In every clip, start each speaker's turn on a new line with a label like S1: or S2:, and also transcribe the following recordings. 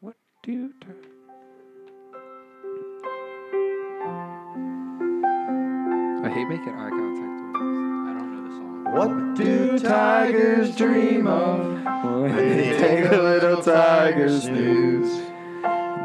S1: do, do. I hate making eye contact with
S2: I don't know the song.
S3: What do tigers dream of?
S1: us.
S3: When they take a little tiger snooze.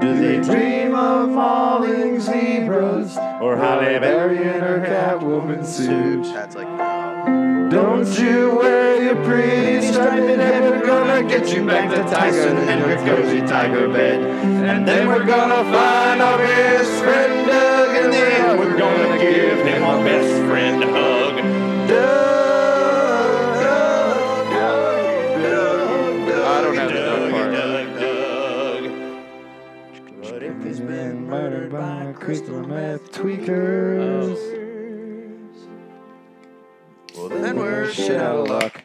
S3: Do they dream of falling zebras or Halle Berry in her Catwoman suit?
S4: Chad's like, no.
S3: Don't you wear your pretty striped head. We're gonna get you back to Tyson and her cozy tiger bed. And then we're gonna find our best friend Doug. And then we're gonna give him our best friend hug. Doug, Doug, Doug, Doug, Doug.
S2: I don't have the Doug part.
S3: Doug, Doug. What if he's been murdered by crystal meth tweakers? Well, then we're shit out of luck.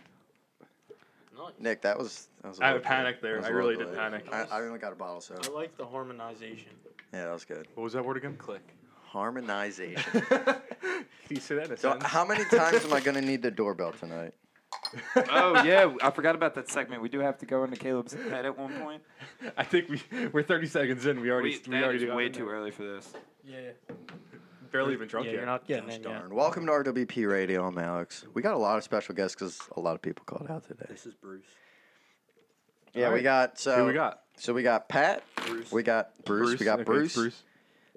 S4: Nick, that was. That was a
S5: I
S4: little
S5: panicked
S4: bit-
S5: there.
S4: that was
S5: I
S4: a
S5: really
S4: little
S5: did
S4: bit.
S5: panic.
S4: I, I only got a bottle, so.
S5: I like the harmonization.
S4: Yeah, that was good.
S5: What was that word again?
S2: Click.
S4: Harmonization.
S5: Can you say that in a
S4: So,
S5: sentence?
S4: how many times am I going to need the doorbell tonight?
S1: oh yeah, I forgot about that segment. We do have to go into Caleb's head at one point.
S5: I think we we're 30 seconds in. We already
S1: We,
S5: we, already
S1: that is
S5: got
S1: way
S5: in
S1: too
S5: there.
S1: early for this.
S5: Yeah. Barely even drunk
S6: yeah,
S5: yet.
S6: you're not getting in yet.
S4: Darn. Welcome to RWP Radio. I'm Alex. We got a lot of special guests because a lot of people called out today.
S2: This is Bruce.
S4: Yeah, we
S5: Alright.
S4: got. So,
S5: Who we got?
S4: So, we got Pat.
S2: Bruce.
S4: We got Bruce. we got
S5: okay,
S4: Bruce,
S5: it's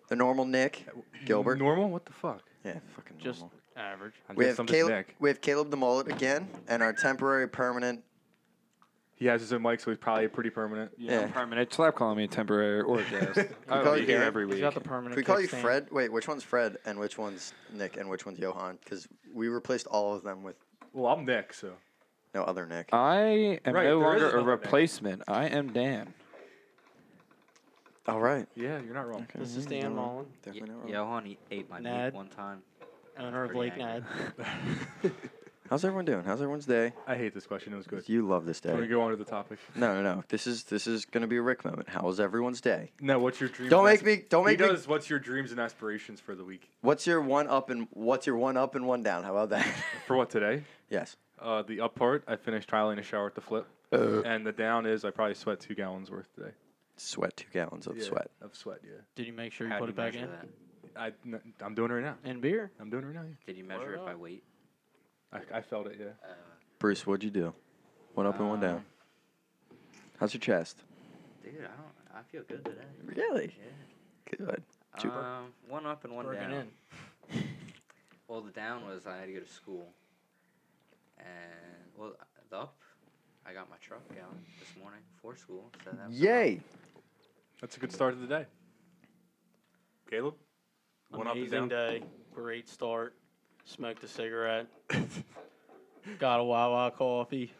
S4: The normal Nick. Gilbert.
S5: Normal? What the fuck?
S4: yeah, fucking
S6: Just
S4: normal.
S6: average.
S5: I'm
S4: We
S5: just
S4: have,
S5: something's
S4: Caleb,
S5: Nick.
S4: we have Caleb the Mullet again and our temporary permanent.
S5: He has his own mic, so he's probably pretty permanent.
S1: Yeah,
S4: Yeah.
S1: I'm permanent. Stop calling me temporary or guest. I would
S4: call you
S1: be here
S4: Gary?
S1: every
S6: He's
S1: week.
S6: got the
S4: Can
S6: permanent.
S4: we call you
S6: kickstand.
S4: Fred? Wait, which one's Fred and which one's Nick and which one's Johan? Because we replaced all of them with
S5: Well, I'm Nick, so.
S4: no other Nick.
S1: I am
S5: Right, there
S1: no
S5: is
S1: longer a
S5: another Nick.
S1: replacement. I am Dan.
S4: all right.
S5: Yeah, you're not wrong.
S6: This
S2: Mm-hmm.
S6: is Dan Mullen,
S4: Definitely not wrong.
S2: Johan e- ate my meat
S6: Nad.
S2: one time.
S6: owner of
S2: Pretty
S6: Lake
S2: angry.
S6: Nad.
S4: How's everyone doing? How's everyone's day?
S5: I hate this question. It was good.
S4: You love this
S5: Can we
S4: day.
S5: go on to the topic?
S4: No, no, no. This is this is gonna be a Rick moment. How was everyone's day?
S5: No, what's your dream?
S4: Don't make me. Don't
S5: He
S4: make me.
S5: does. What's your dreams and aspirations for the week?
S4: What's your one up and what's your one up and one down? How about that?
S5: For what today?
S4: yes.
S5: Uh, the up part, I finished trialing a shower at the flip, and the down is I probably sweat two gallons worth today.
S4: Sweat two gallons of
S5: Yeah,
S4: sweat.
S5: Of sweat, yeah.
S6: Did you make sure you
S2: How
S6: put
S2: do
S6: it back
S2: measure
S6: in?
S2: that?
S5: I, n- I'm doing it right now.
S6: And beer.
S5: I'm doing it right now. yeah.
S2: Did you measure it by weight?
S5: I, I felt it, yeah.
S4: Bruce, what'd you do? One up and
S5: Uh,
S4: one down. How's your chest?
S2: Dude, I don't. I feel good today.
S4: Really?
S2: Yeah.
S4: Good. Super.
S2: Um, one up and one
S6: Working
S2: down.
S6: in.
S2: Well, the down was I had to go to school, and well, the up, I got my truck going this morning for school. So that was
S4: Yay.
S5: That's a good start of the day. Caleb? One up and
S6: Amazing
S5: down.
S6: day. Great start. Smoked a cigarette. got a Wawa coffee.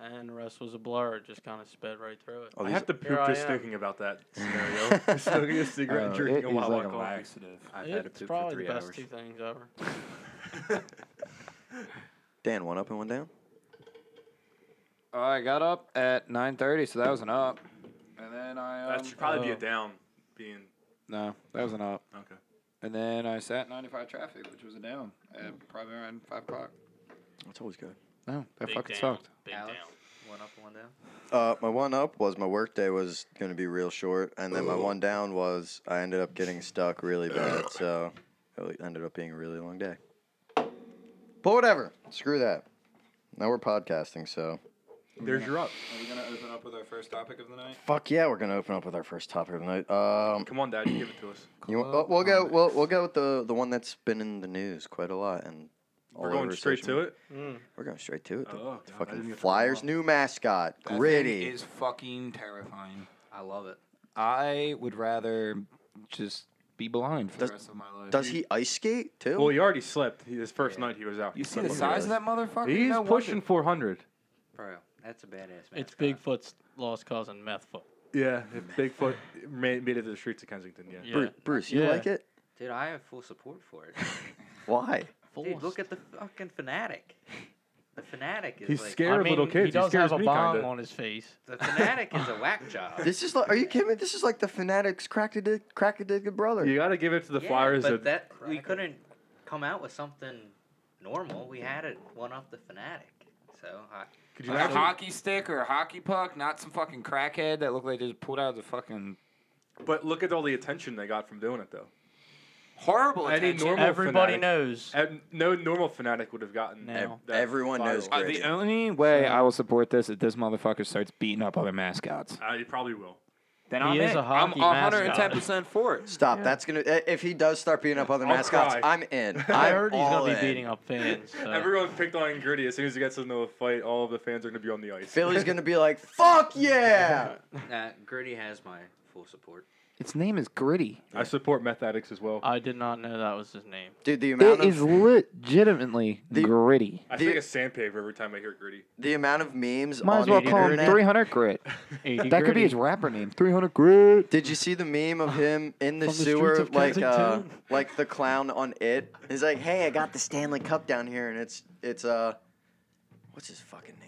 S6: And the rest was a blur. It just kind of sped right through it.
S4: Oh,
S5: I
S4: these-
S5: have to
S6: Here
S5: poop
S6: I
S5: just
S6: am.
S5: thinking about that scenario. Smoking a cigarette, and
S1: Oh,
S5: drinking
S1: it
S5: a
S1: is
S5: Wawa
S1: like a
S5: coffee.
S1: laxative.
S2: I've had to
S6: It's
S2: poop for
S6: probably
S2: three
S6: the best
S2: hours.
S6: two things ever.
S4: Dan, one up and one down.
S1: Oh, I got up at 9:30, so that was an up. And then I
S5: That
S1: um,
S5: should probably be a
S6: oh.
S5: down. Being
S1: no, that was an up.
S5: okay.
S1: And then I sat 95 traffic, which was a down at probably around five o'clock.
S4: That's always good.
S1: No, that
S6: Big
S1: fucking
S6: down.
S1: sucked.
S6: Big
S2: Alex,
S6: down.
S2: one up and one down.
S4: Uh, my one up was my work day was going to be real short, and then my one down was I ended up getting stuck really bad, so it ended up being a really long day. But whatever, screw that. Now we're podcasting, so
S5: There's your up.
S1: Are we gonna open up with our first topic of the night?
S4: fuck yeah, we're gonna open up with our first topic of the night. Um,
S5: Come on, Dad, you give it to us.
S4: you, wa- oh, we'll go, we'll, we'll go with the the one that's been in the news quite a lot, and all
S5: We're going
S4: over
S5: straight
S4: social
S5: to
S4: media.
S5: it.
S6: Mm.
S4: We're going straight to it. The
S5: Oh, God, I didn't
S4: fucking
S5: even
S4: Flyers'
S5: think
S4: new mascot, Gritty.
S1: is fucking terrifying.
S2: I love it.
S1: I would rather just be blind for
S4: Does-
S1: the rest of my life.
S4: Does he ice skate too?
S5: Well, he already slipped. He- His first night, he was out.
S1: You see
S5: He
S1: the size of that motherfucker?
S5: He's
S1: No wonder-
S5: pushing 400.
S2: Bro, that's a badass man.
S6: It's Bigfoot's lost cousin, Methfoot.
S5: Yeah, if Bigfoot made, made it to the streets of Kensington. Yeah.
S6: Yeah.
S4: Bruce, Bruce you
S6: Yeah.
S4: like it?
S2: Dude, I have full support for it.
S4: Why?
S2: Dude, look
S6: Forced.
S2: at the fucking fanatic. The fanatic is
S5: He's
S2: like
S5: scared of little kids.
S6: he does
S5: scares
S6: have a
S5: me,
S6: bomb
S5: kinda.
S6: on his face.
S2: the fanatic is a whack job.
S4: This is like, are you kidding me? This is like the fanatics crack a dick, crack a dick good brother.
S5: You got to give it to the
S2: Yeah,
S5: Flyers.
S2: but
S5: that-
S2: that we couldn't come out with something normal. We had it one off the fanatic. So I,
S5: Could you
S1: Like a
S5: imagine?
S1: hockey stick or a hockey puck, not some fucking crackhead that looked like they just pulled out of the fucking
S5: But look at all the attention they got from doing it, though.
S1: horrible
S5: Any
S1: attention.
S5: normal
S6: Everybody
S5: fanatic-
S6: knows.
S5: And no normal fanatic would have gotten.
S6: No.
S5: that
S4: Everyone knows
S5: viral.
S1: Uh, the only way I will support this is if this motherfucker starts beating up other mascots.
S5: Uh, you probably will.
S1: Then
S6: He
S1: I'm
S6: is
S1: in.
S6: a hockey
S1: I'm 110
S6: mascot.
S1: percent for it.
S4: Stop. That's gonna. i- If he does start beating up other
S5: I'll
S4: mascots,
S5: cry.
S4: I'm in.
S6: I
S4: I'm
S6: heard he's
S4: all in.
S6: gonna be beating up fans. so-
S5: Everyone picked on Gritty. As soon as he gets into a fight, all of the fans are going to be on the ice.
S4: Philly's gonna be like, "Fuck yeah!"
S2: Nah, Gritty uh, has my full support.
S1: Its name is Gritty.
S5: I support meth addicts as well.
S6: I did not know that was his name.
S4: Dude, the
S1: It
S4: amount
S1: is
S4: of
S1: legitimately
S4: The-
S1: gritty.
S5: I
S4: the-
S5: think of sandpaper every time I hear Gritty.
S4: the amount of memes
S1: Might
S4: on
S1: as well
S4: the
S1: call him
S4: internet.
S1: 300 grit.
S6: Eighty
S1: That could be
S6: gritty.
S1: his rapper name. 300 grit.
S4: Did you see the meme of him in the,
S6: From the streets
S4: sewer,
S6: of
S4: like uh,
S6: Kensington?
S4: like the clown on it? He's like, "Hey, I got the Stanley Cup down here, and it's it's uh, what's his fucking name?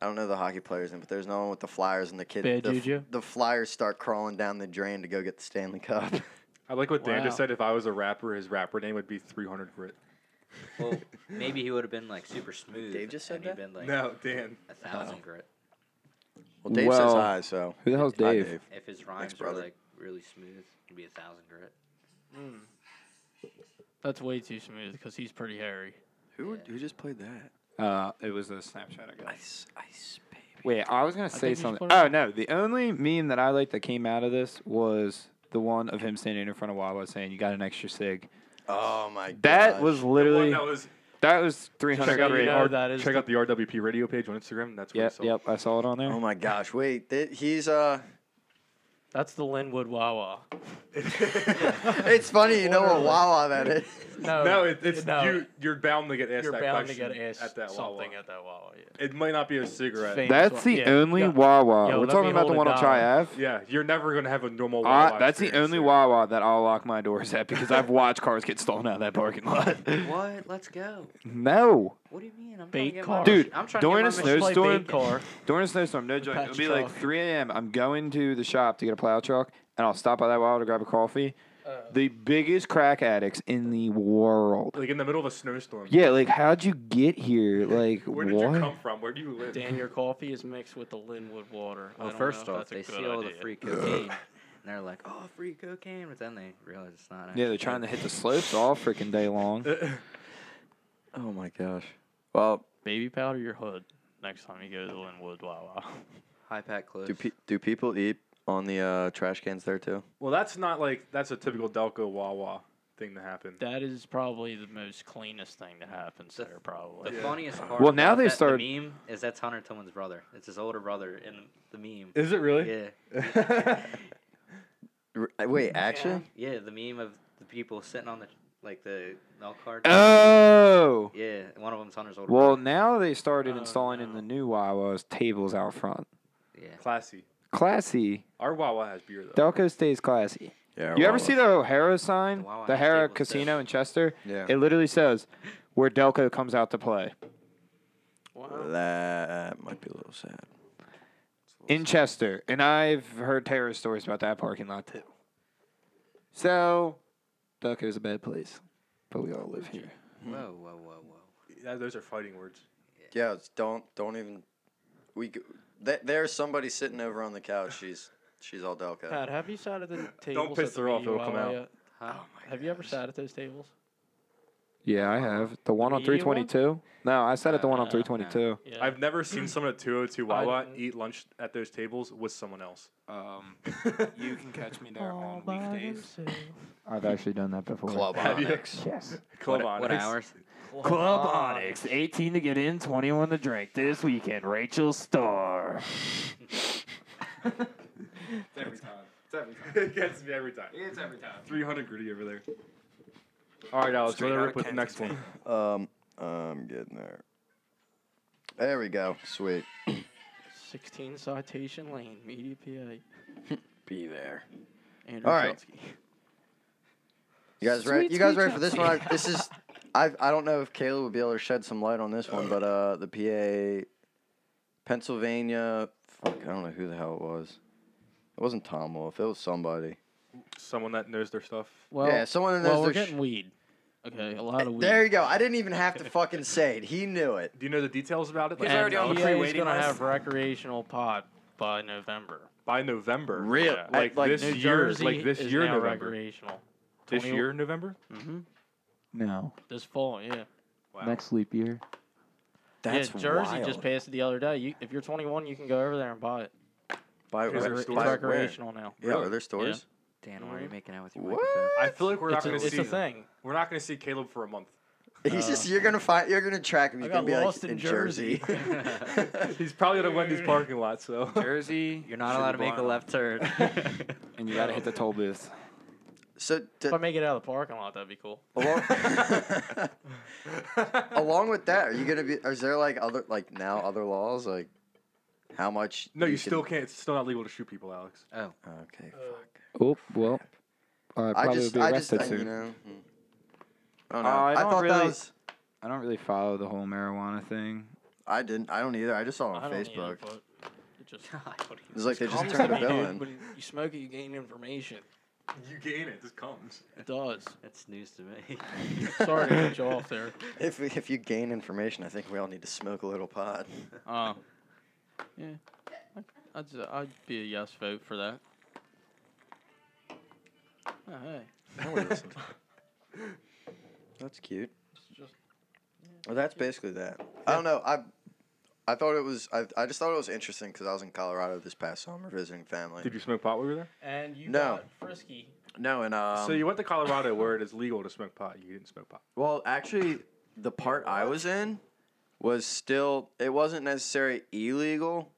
S4: I don't know the hockey player's name, but there's no one with the Flyers and the kid.
S6: Bad
S4: the, f-
S6: Juju?
S4: the Flyers start crawling down the drain to go get the Stanley Cup.
S5: I like what Dan
S6: Wow.
S5: just said. If I was a rapper, his rapper name would be 300 Grit.
S2: Well, maybe he would have been like super smooth.
S4: Dave just said
S2: and he'd
S4: that?
S2: Been, like,
S5: No, Dan.
S2: A thousand grit.
S4: Well, Dave says
S1: Well,
S4: hi, so
S1: Who the hell's
S4: hi,
S1: Dave?
S2: If his rhymes were
S4: brother.
S2: like really smooth, it'd be a thousand grit.
S6: That's way too smooth because he's pretty hairy.
S4: Who who just played that?
S1: Uh, it was a snapshot I got.
S4: Ice, ice, baby.
S1: Wait, I was gonna say
S6: think you
S1: something.
S6: should put it-
S1: Oh no, the only meme that I like that came out of this was the one of him standing in front of Wawa saying, "You got an extra sig."
S4: Oh my god.
S1: That was
S5: The
S1: literally
S5: one that was-
S1: that was three
S5: check
S1: hundred.
S6: so
S5: out,
S6: you
S5: the,
S6: know,
S5: R-
S6: that is
S5: check
S6: the-
S5: out the RWP radio page on Instagram. That's where I
S1: Yep,
S5: saw it.
S1: yep, I saw it on there.
S4: Oh my gosh! Wait, th- he's uh.
S6: That's the Linwood Wawa.
S4: It's funny, you know what
S6: Literally.
S4: Wawa that is.
S6: No,
S5: No, it, it's
S6: no,
S5: you. You're bound to get asked
S6: you're
S5: that
S6: bound to
S5: question
S6: get asked
S5: at that Wawa.
S6: something at that Wawa. Yeah.
S5: It might not be a cigarette.
S6: Fame.
S1: That's the
S6: Yeah,
S1: only
S6: yeah.
S1: Wawa.
S6: Yo,
S1: We're
S6: let
S1: talking
S6: me
S1: about the
S6: hold it
S1: one on
S6: down.
S1: Tri Ave.
S5: Yeah, you're never gonna have a normal.
S1: Uh,
S5: Wawa
S1: that's the
S5: experience
S1: only
S5: there.
S1: Wawa that I'll lock my doors at because I've watched cars get stolen out of that parking lot.
S2: What? Let's go.
S1: no,
S2: What do you mean? I'm
S6: Bait
S2: trying to get
S6: car.
S2: my
S1: Dude,
S2: machi- I'm trying
S1: during
S2: to
S1: a
S2: get my
S1: snowstorm-
S2: machi-
S6: Play
S1: doing-
S6: bait car.
S1: during a snowstorm, no joke.
S6: patch
S1: It'll be like
S6: truck.
S1: 3 a.m. I'm going to the shop to get a plow truck, and I'll stop by that Wawa to grab a coffee. the biggest crack addicts in the world.
S5: Like in the middle of a snowstorm.
S1: Yeah, like how'd you get here? Like
S5: Where did
S1: what?
S5: you come from? Where do you live?
S6: Dan, your coffee is mixed with the Linwood water. I
S2: Well,
S6: don't
S2: first
S6: know
S2: off,
S6: if that's a
S2: they
S6: good
S2: see all the
S6: idea.
S2: free cocaine, and they're like, "Oh, free cocaine," but then they realize it's not.
S1: yeah,
S2: Actually
S1: they're trying to hit the slopes all freaking day long.
S4: Oh my gosh. Well,
S6: Baby powder your hood next time you go to the Linwood Wawa.
S2: high pack clothes.
S4: do pe- do people eat on the uh, trash cans there too?
S5: Well, that's not like that's a typical Delco Wawa thing to happen.
S6: That is probably the most cleanest thing to happen
S2: The-
S6: there, probably.
S2: the funniest part.
S1: Well, now
S2: about
S1: they
S2: that- the
S1: start-
S2: meme is that's Hunter Tillman's brother. It's his older brother in the meme.
S5: Is it really?
S2: Yeah,
S4: R- uh, wait, actually,
S2: yeah, the meme of the people sitting on the like the milk cart.
S1: Oh.
S2: Yeah, one of them's Hunter's older.
S1: Well,
S2: brother.
S1: now they started
S6: Oh,
S1: installing in
S6: no.
S1: the new Wawa's tables out front.
S2: yeah.
S5: Classy.
S1: Classy.
S5: Our Wawa has beer though.
S1: Delco stays classy.
S4: Yeah.
S1: You ever see the O'Hara sign?
S2: The Wawa
S1: The
S2: has
S1: O'Hara
S2: tables, too.
S1: Casino in Chester?
S4: Yeah.
S1: It literally says where Delco comes out to play.
S4: That might be a little sad.
S1: in Chester, and I've heard terror stories about that parking lot too. So, Delco's a bad place, but we all live here.
S2: Whoa, whoa, whoa, whoa.
S5: Yeah, those are fighting words.
S4: Yeah, it's, don't don't even. We g- th- there's somebody sitting over on the couch. She's she's all Delco.
S6: Pat, have you sat at the tables?
S5: piss
S6: at the
S5: her off,
S6: media
S5: it'll come
S6: Wawa
S5: out.
S6: yet?
S2: Huh?
S6: Have you ever sat at those tables?
S1: Yeah, I have the one on
S6: media
S1: three
S6: one?
S1: twenty two. No, I said at the one on
S6: Uh,
S1: three twenty two.
S6: Yeah.
S5: I've never seen someone at 202 Wawa
S6: didn't-
S5: eat lunch at those tables with someone else.
S1: Um, you can catch me there on I've actually done that before.
S4: Club
S5: Have you-
S4: Onyx.
S1: Yes.
S5: Club
S2: what,
S5: on.
S2: what
S5: ice.
S2: hours?
S1: Club Onyx, 18 to get in, 21 to drink. This weekend, Rachel Starr.
S5: It's every time. It's every time. it gets me every time. It's every time. 300 gritty over there. All right, Alex.
S1: Straight
S5: Straight
S1: outta
S5: up with the next one.
S4: Um, I'm getting there. There we go. Sweet.
S6: 16 Citation Lane, Media PA.
S4: Be there.
S6: Andrew
S4: All right.
S6: Schultzky.
S4: You guys ready?
S6: Sweet,
S4: You guys
S6: sweet
S4: ready for this one? I, this is. I I don't know if Caleb will be able to shed some light on this one, but uh, the PA, Pennsylvania. Fuck, I don't know who the hell it was. It wasn't Tom Wolf. It was somebody.
S5: Someone that knows their stuff.
S6: Well,
S4: yeah, someone that knows
S6: well we're
S4: their. sh-
S6: getting weed. Okay, a lot of weed.
S4: There you go. I didn't even have to fucking say it. He knew it.
S5: Do you know the details about it?
S6: and
S5: Like,
S2: already on the
S6: EA is
S5: pre-waiting
S6: gonna
S5: list.
S6: have recreational pot by November.
S5: by November.
S4: Real-
S5: Yeah,
S4: I-
S5: Like,
S4: like
S5: this
S6: New
S5: year,
S6: Jersey
S5: like this
S6: is
S5: year
S6: now
S5: November.
S6: recreational.
S5: This
S6: 20
S5: year November.
S6: Mm-hmm.
S1: No.
S6: This fall, yeah.
S5: Wow.
S1: Next leap year.
S4: That's
S6: yeah, Jersey
S4: wild.
S6: just passed it the other day. You, if you're 21, you can go over there and buy it.
S4: By,
S5: Is there
S4: by-
S5: a
S6: It's
S5: store?
S4: by
S6: recreational now.
S4: where? Yeah, are there stores?
S2: Dan, why are you making out with your
S4: What?
S2: microphone?
S5: I feel like we're
S6: It's,
S5: not
S6: a,
S5: going to
S6: it's
S5: see.
S6: a thing.
S5: We're not going to see Caleb for a month.
S4: He's just you're gonna find you're gonna track him.
S6: I
S4: He's
S6: got
S4: gonna be
S6: lost
S4: like in,
S6: in
S4: Jersey.
S5: He's probably at a Wendy's parking lot. So
S1: Jersey.
S2: You're not allowed to make a left turn.
S1: And you gotta hit the toll booth.
S4: so
S6: If I
S4: to,
S6: make it out of the parking lot, that'd be cool.
S4: along, along with that, are you gonna be? Is there like other like now other laws like how much?
S5: no, you,
S4: can-
S5: still can't. It's still not legal to shoot people, Alex.
S2: oh,
S4: Okay.
S1: Oh well. I
S4: I
S1: probably
S4: just
S1: be
S4: I just
S1: arrested
S4: I,
S1: soon.
S4: you know. mm. I don't know.
S1: Uh, I
S4: I,
S1: don't
S4: thought that
S1: really-
S4: was.
S1: I don't really follow the whole marijuana thing.
S4: I didn't. I don't either. I just saw it on
S6: I don't
S4: Facebook.
S6: Need it, but it just,
S2: God.
S4: It's like they
S6: Calm
S4: just
S6: down,
S4: turned a
S6: dude.
S4: villain.
S6: When you smoke it, you gain information.
S5: You gain it. This comes.
S6: It does.
S2: That's news to me.
S6: Sorry to cut you off there.
S4: If if you gain information, I think we all need to smoke a little pot.
S6: Uh, yeah, I, I'd, s- I'd be a yes vote for that. Oh, hey.
S4: That's cute.
S6: just-
S4: Well, that's basically that. I don't know. I I thought it was. I I just thought it was interesting because I was in Colorado this past summer visiting family.
S5: Did you smoke pot while we were there?
S6: And you
S4: No.
S6: got frisky.
S4: No, and um,
S5: so you went to Colorado where it is legal to smoke pot. You didn't smoke pot.
S4: Well, actually, the part I was in was still. It wasn't necessarily illegal,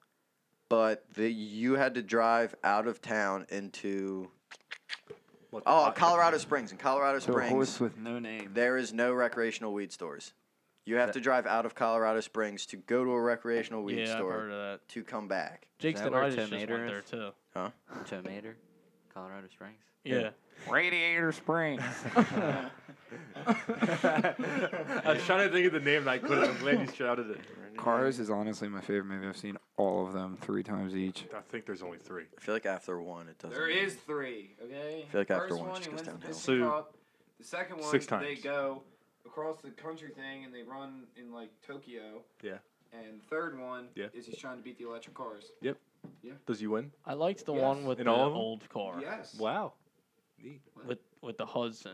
S4: but the you had to drive out of town into.
S5: What the
S4: Oh,
S5: pot-
S4: Colorado Springs. In Colorado
S1: To a horse
S4: Springs,
S1: with no name.
S4: there is no recreational weed stores. You have to drive out of Colorado Springs to go to a recreational weed
S6: yeah, I've
S4: store
S6: heard of that.
S4: to come back.
S6: Jake's
S2: that where
S6: tinnitus just went
S2: tomato
S6: there
S2: is?
S6: too.
S2: Tomater, Colorado Springs.
S6: Yeah.
S1: Radiator Springs.
S5: I was trying to think of the name and I couldn't. I'm glad you shouted it.
S1: Cars is honestly my favorite movie. I've seen all of them three times each.
S5: I think there's only three.
S4: I feel like after one, it doesn't.
S1: three, okay?
S4: I feel like after First one, it one, just he goes wins the downhill.
S5: Pistol So-
S1: the second
S5: one, six they times.
S1: go across the country thing and they run in like Tokyo.
S5: Yeah.
S1: And the third one
S5: Yeah.
S1: is he's trying to beat the electric cars.
S5: Does you win?
S6: I liked the
S1: Yes.
S6: one with
S5: In
S6: the
S5: all of 'em?
S6: old car.
S1: Yes.
S5: Wow. Neat.
S6: With with the Hudson.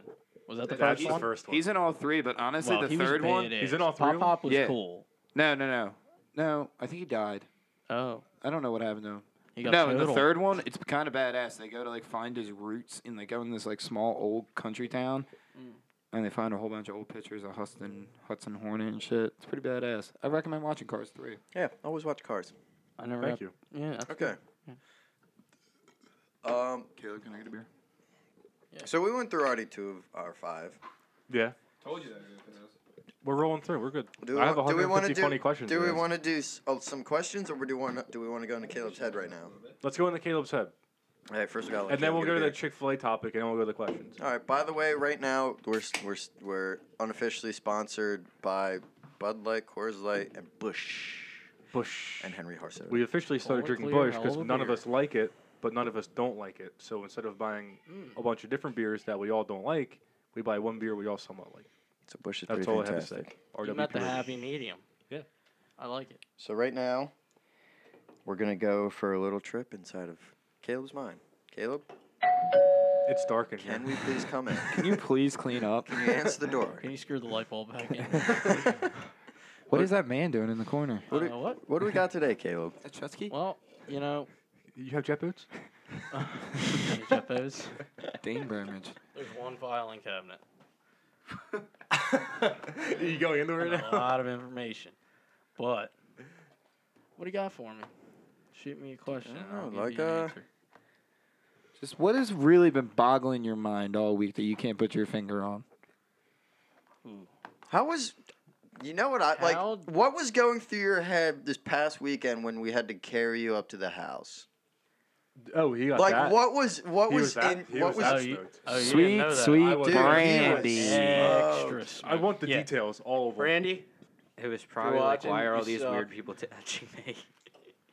S6: Was that the
S5: That's
S6: first
S5: the
S6: one?
S5: first one.
S1: He's in all three, but honestly,
S6: Well,
S1: the
S6: he was
S1: third one.
S6: badass.
S5: He's in all three of
S6: Pop
S5: 'em?
S6: Pop was
S1: Yeah.
S6: cool.
S1: No, no, no, no. I think he died.
S6: Oh,
S1: I don't know what happened to him.
S6: he got
S1: No, in the
S6: totaled.
S1: third one, it's kind of badass. They go to like find his roots, and they go in this like small old country town,
S6: Mm.
S1: and they find a whole bunch of old pictures of Hudson Hudson Hornet and shit. It's pretty badass. I recommend watching Cars Three.
S4: Yeah, always watch Cars.
S6: I never.
S5: Thank
S6: got-
S5: you.
S6: Yeah. that's-
S4: Okay. Um.
S1: Caleb, can I get a beer?
S4: So we went through already two of our five.
S5: Yeah.
S1: Told you that.
S5: We're rolling through. We're good.
S4: Do we,
S5: I have
S4: wa- do we
S5: 150
S4: want to do
S5: funny questions.
S4: Do
S5: for
S4: we
S5: this.
S4: want to do s- oh, some questions, or do we want do we want to go into Caleb's head right now?
S5: Let's go into Caleb's head,
S4: All right, first we got.
S5: and then we'll go to the Chick Fil A topic, and then we'll go to the questions.
S4: All right. By the way, right now we're s- we're s- we're unofficially sponsored by Bud Light, Coors Light, and Bush
S5: Bush.
S4: and Henry Harso.
S5: We officially started
S6: we're
S5: drinking
S6: clearing
S5: Bush
S6: all
S5: because
S6: the
S5: none of
S6: beer.
S5: us like it, but none of us don't like it. So instead of buying
S6: Mm.
S5: a bunch of different beers that we all don't like, we buy one beer we all somewhat like.
S4: So Bush is
S5: That's
S4: pretty
S5: all I have
S4: fantastic.
S5: to say. Or
S6: You met the happy medium.
S5: Yeah.
S6: I like it.
S4: So right now, we're gonna go for a little trip inside of Caleb's mind. Caleb,
S5: It's dark in
S4: can we
S5: here.
S4: please come in?
S1: Can you please clean up?
S4: Can you answer the door?
S6: Can you screw the light bulb back in?
S1: what is that man doing in the corner?
S4: What
S6: Uh,
S4: do-
S6: what?
S4: What do we got today, Caleb?
S1: A Chutsky?
S6: Well, you know,
S5: You have jet boots?
S6: Jeffos.
S1: Dane Bramage.
S6: There's one filing cabinet.
S5: Are you going into
S6: and
S5: it right
S6: A
S5: now?
S6: lot of information. But what do you got for me? Shoot me a question.
S4: don't
S6: I'll
S4: know, like,
S6: give you an
S4: uh,
S6: answer.
S1: Just what has really been boggling your mind all week that you can't put your finger on?
S6: Ooh.
S4: How was, you know what I
S6: How-
S4: like? What was going through your head this past weekend when we had to carry you up to the house?
S5: Oh, he got
S4: Like
S5: that.
S4: what was what
S5: He
S4: was,
S5: was at-
S4: in
S5: he
S4: what
S5: was
S6: Oh,
S4: was?
S5: at-
S6: you,
S5: smoked.
S6: oh, you didn't
S1: sweet,
S6: know that.
S1: sweet
S5: I was-
S4: Dude, he was
S1: brandy.
S6: Extra
S5: I
S6: smoked.
S5: want the
S6: Yeah.
S5: details, all of them.
S6: Brandy,
S2: It was probably like,
S6: watching,
S2: why are
S6: you
S2: all these
S6: suck.
S2: weird people touching me?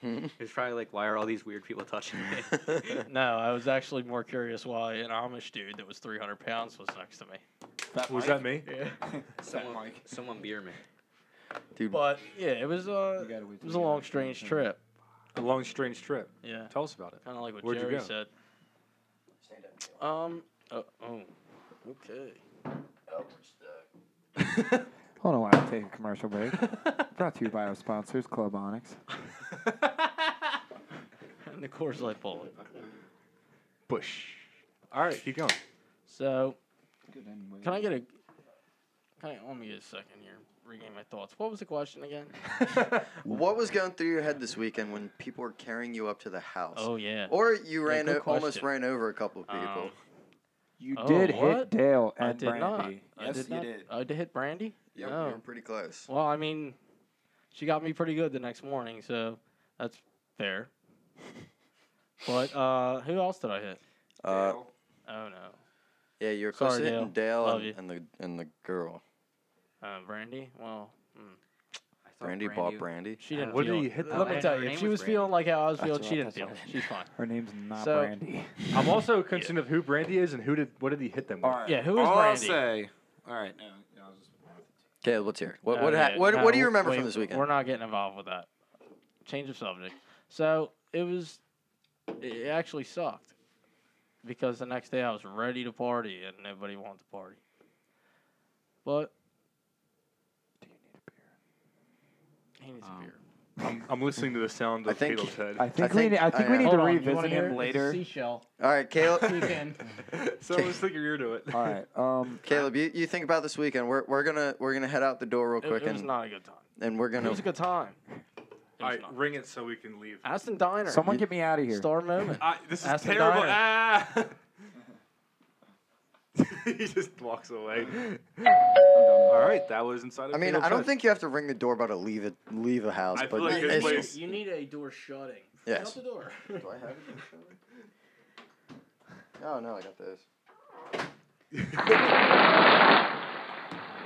S4: Hmm?
S2: it was probably like, why are all these weird people touching me?
S6: No, I was actually more curious why an Amish dude that was 300 pounds was next to me.
S5: Was that me?
S6: Yeah.
S2: Someone,
S1: Mike.
S2: someone beer me.
S6: But yeah, it was uh,
S1: gotta wait
S6: it
S1: till
S6: was
S1: we
S6: a
S1: get
S6: long,
S1: back
S6: strange
S1: downtown.
S6: trip.
S5: A long, strange trip.
S6: Yeah.
S5: Tell us about it.
S6: Kind of like what
S5: Where'd you
S6: Jerry
S5: go?
S6: said. Um. Oh, oh. Okay.
S1: Hold on while I take a commercial break. Brought to you by our sponsors, Club Onyx.
S6: And the Coors Light Bullet.
S5: Bush. All right, keep going.
S6: So,
S1: Good anyway.
S6: can I get a? Can I? Let me get a second here. Regain my thoughts. What was the question again?
S4: What was going through your head this weekend when people were carrying you up to the house?
S6: Oh yeah.
S4: Or you ran
S6: good
S4: o- almost
S6: question.
S4: ran over a couple of people.
S6: Um,
S1: You
S6: Oh,
S1: did
S6: what?
S1: hit Dale
S6: I
S1: and
S6: did not.
S1: Brandy.
S6: I did not. I did hit Brandy.
S4: Yeah,
S6: no.
S4: we were pretty close.
S6: Well, I mean, she got me pretty good the next morning, so that's fair. but uh, who else did I hit?
S4: Uh,
S6: Oh no,
S4: yeah, you were
S6: Sorry,
S4: close to hitting Dale,
S6: Love you.
S4: and, and the and the girl.
S6: uh, Brandy. Well, mm,
S2: I thought
S4: Brandy, bought brandy.
S6: she didn't.
S5: What
S6: feel
S5: did you
S6: it.
S5: hit?
S6: Let
S5: them
S6: me
S5: with?
S6: tell
S2: Her
S6: you, if
S2: name
S6: she
S2: was
S6: was feeling like how I was feeling,
S1: what
S6: she
S1: I thought
S6: didn't feel it.
S1: so.
S6: She's fine.
S1: Her name's not
S6: So-
S1: Brandy.
S5: I'm also concerned of who Brandy is and who did what did he hit them with.
S1: Alright.
S6: Yeah, who was
S1: All I'll
S6: Brandy?
S1: say. All right. No, no, I was just-
S4: Caleb, let's hear. it. What
S6: No,
S4: what,
S6: no,
S4: hap- what
S6: Uh, no,
S4: what do you remember
S6: wait,
S4: from this weekend?
S6: We're not getting involved with that. Change of subject. So it was, it actually sucked because the next day I was ready to party and nobody wanted to party. But he needs
S2: Um,
S6: a beer.
S5: I'm, I'm listening to the sound
S4: I
S5: of
S4: think-
S5: Caleb's head.
S1: I think,
S4: think
S1: we, ne- I think
S4: I
S1: we
S4: am.
S6: uh,
S1: need
S4: Hold
S1: to revisit him later.
S6: seashell.
S4: All right, Caleb.
S6: Weekend.
S5: so I'm sticking your ear to it.
S1: All right. Um,
S4: Caleb, you, you think about this weekend. We're, we're gonna we're gonna head out the door real
S6: it,
S4: quick,
S6: it was
S4: and,
S6: not a good time.
S4: and we're
S6: It
S4: gonna
S6: was a good time. It
S5: All
S6: was
S5: right,
S6: not.
S5: ring it so we can leave.
S6: Aston Diner.
S1: someone get me out of here.
S6: star moment.
S5: I, this is
S6: Ask the
S5: terrible.
S6: diner.
S5: Ah! he just walks away. All right, that was inside. Of
S4: I mean,
S5: Caleb's
S4: I don't
S5: head.
S4: think you have to ring the doorbell to leave it, leave a house.
S5: I
S4: but
S5: feel like
S4: it's-
S5: this place-
S6: You need a door shutting.
S4: Yes.
S6: Shut the door.
S4: Do I have it? Oh no, I got this.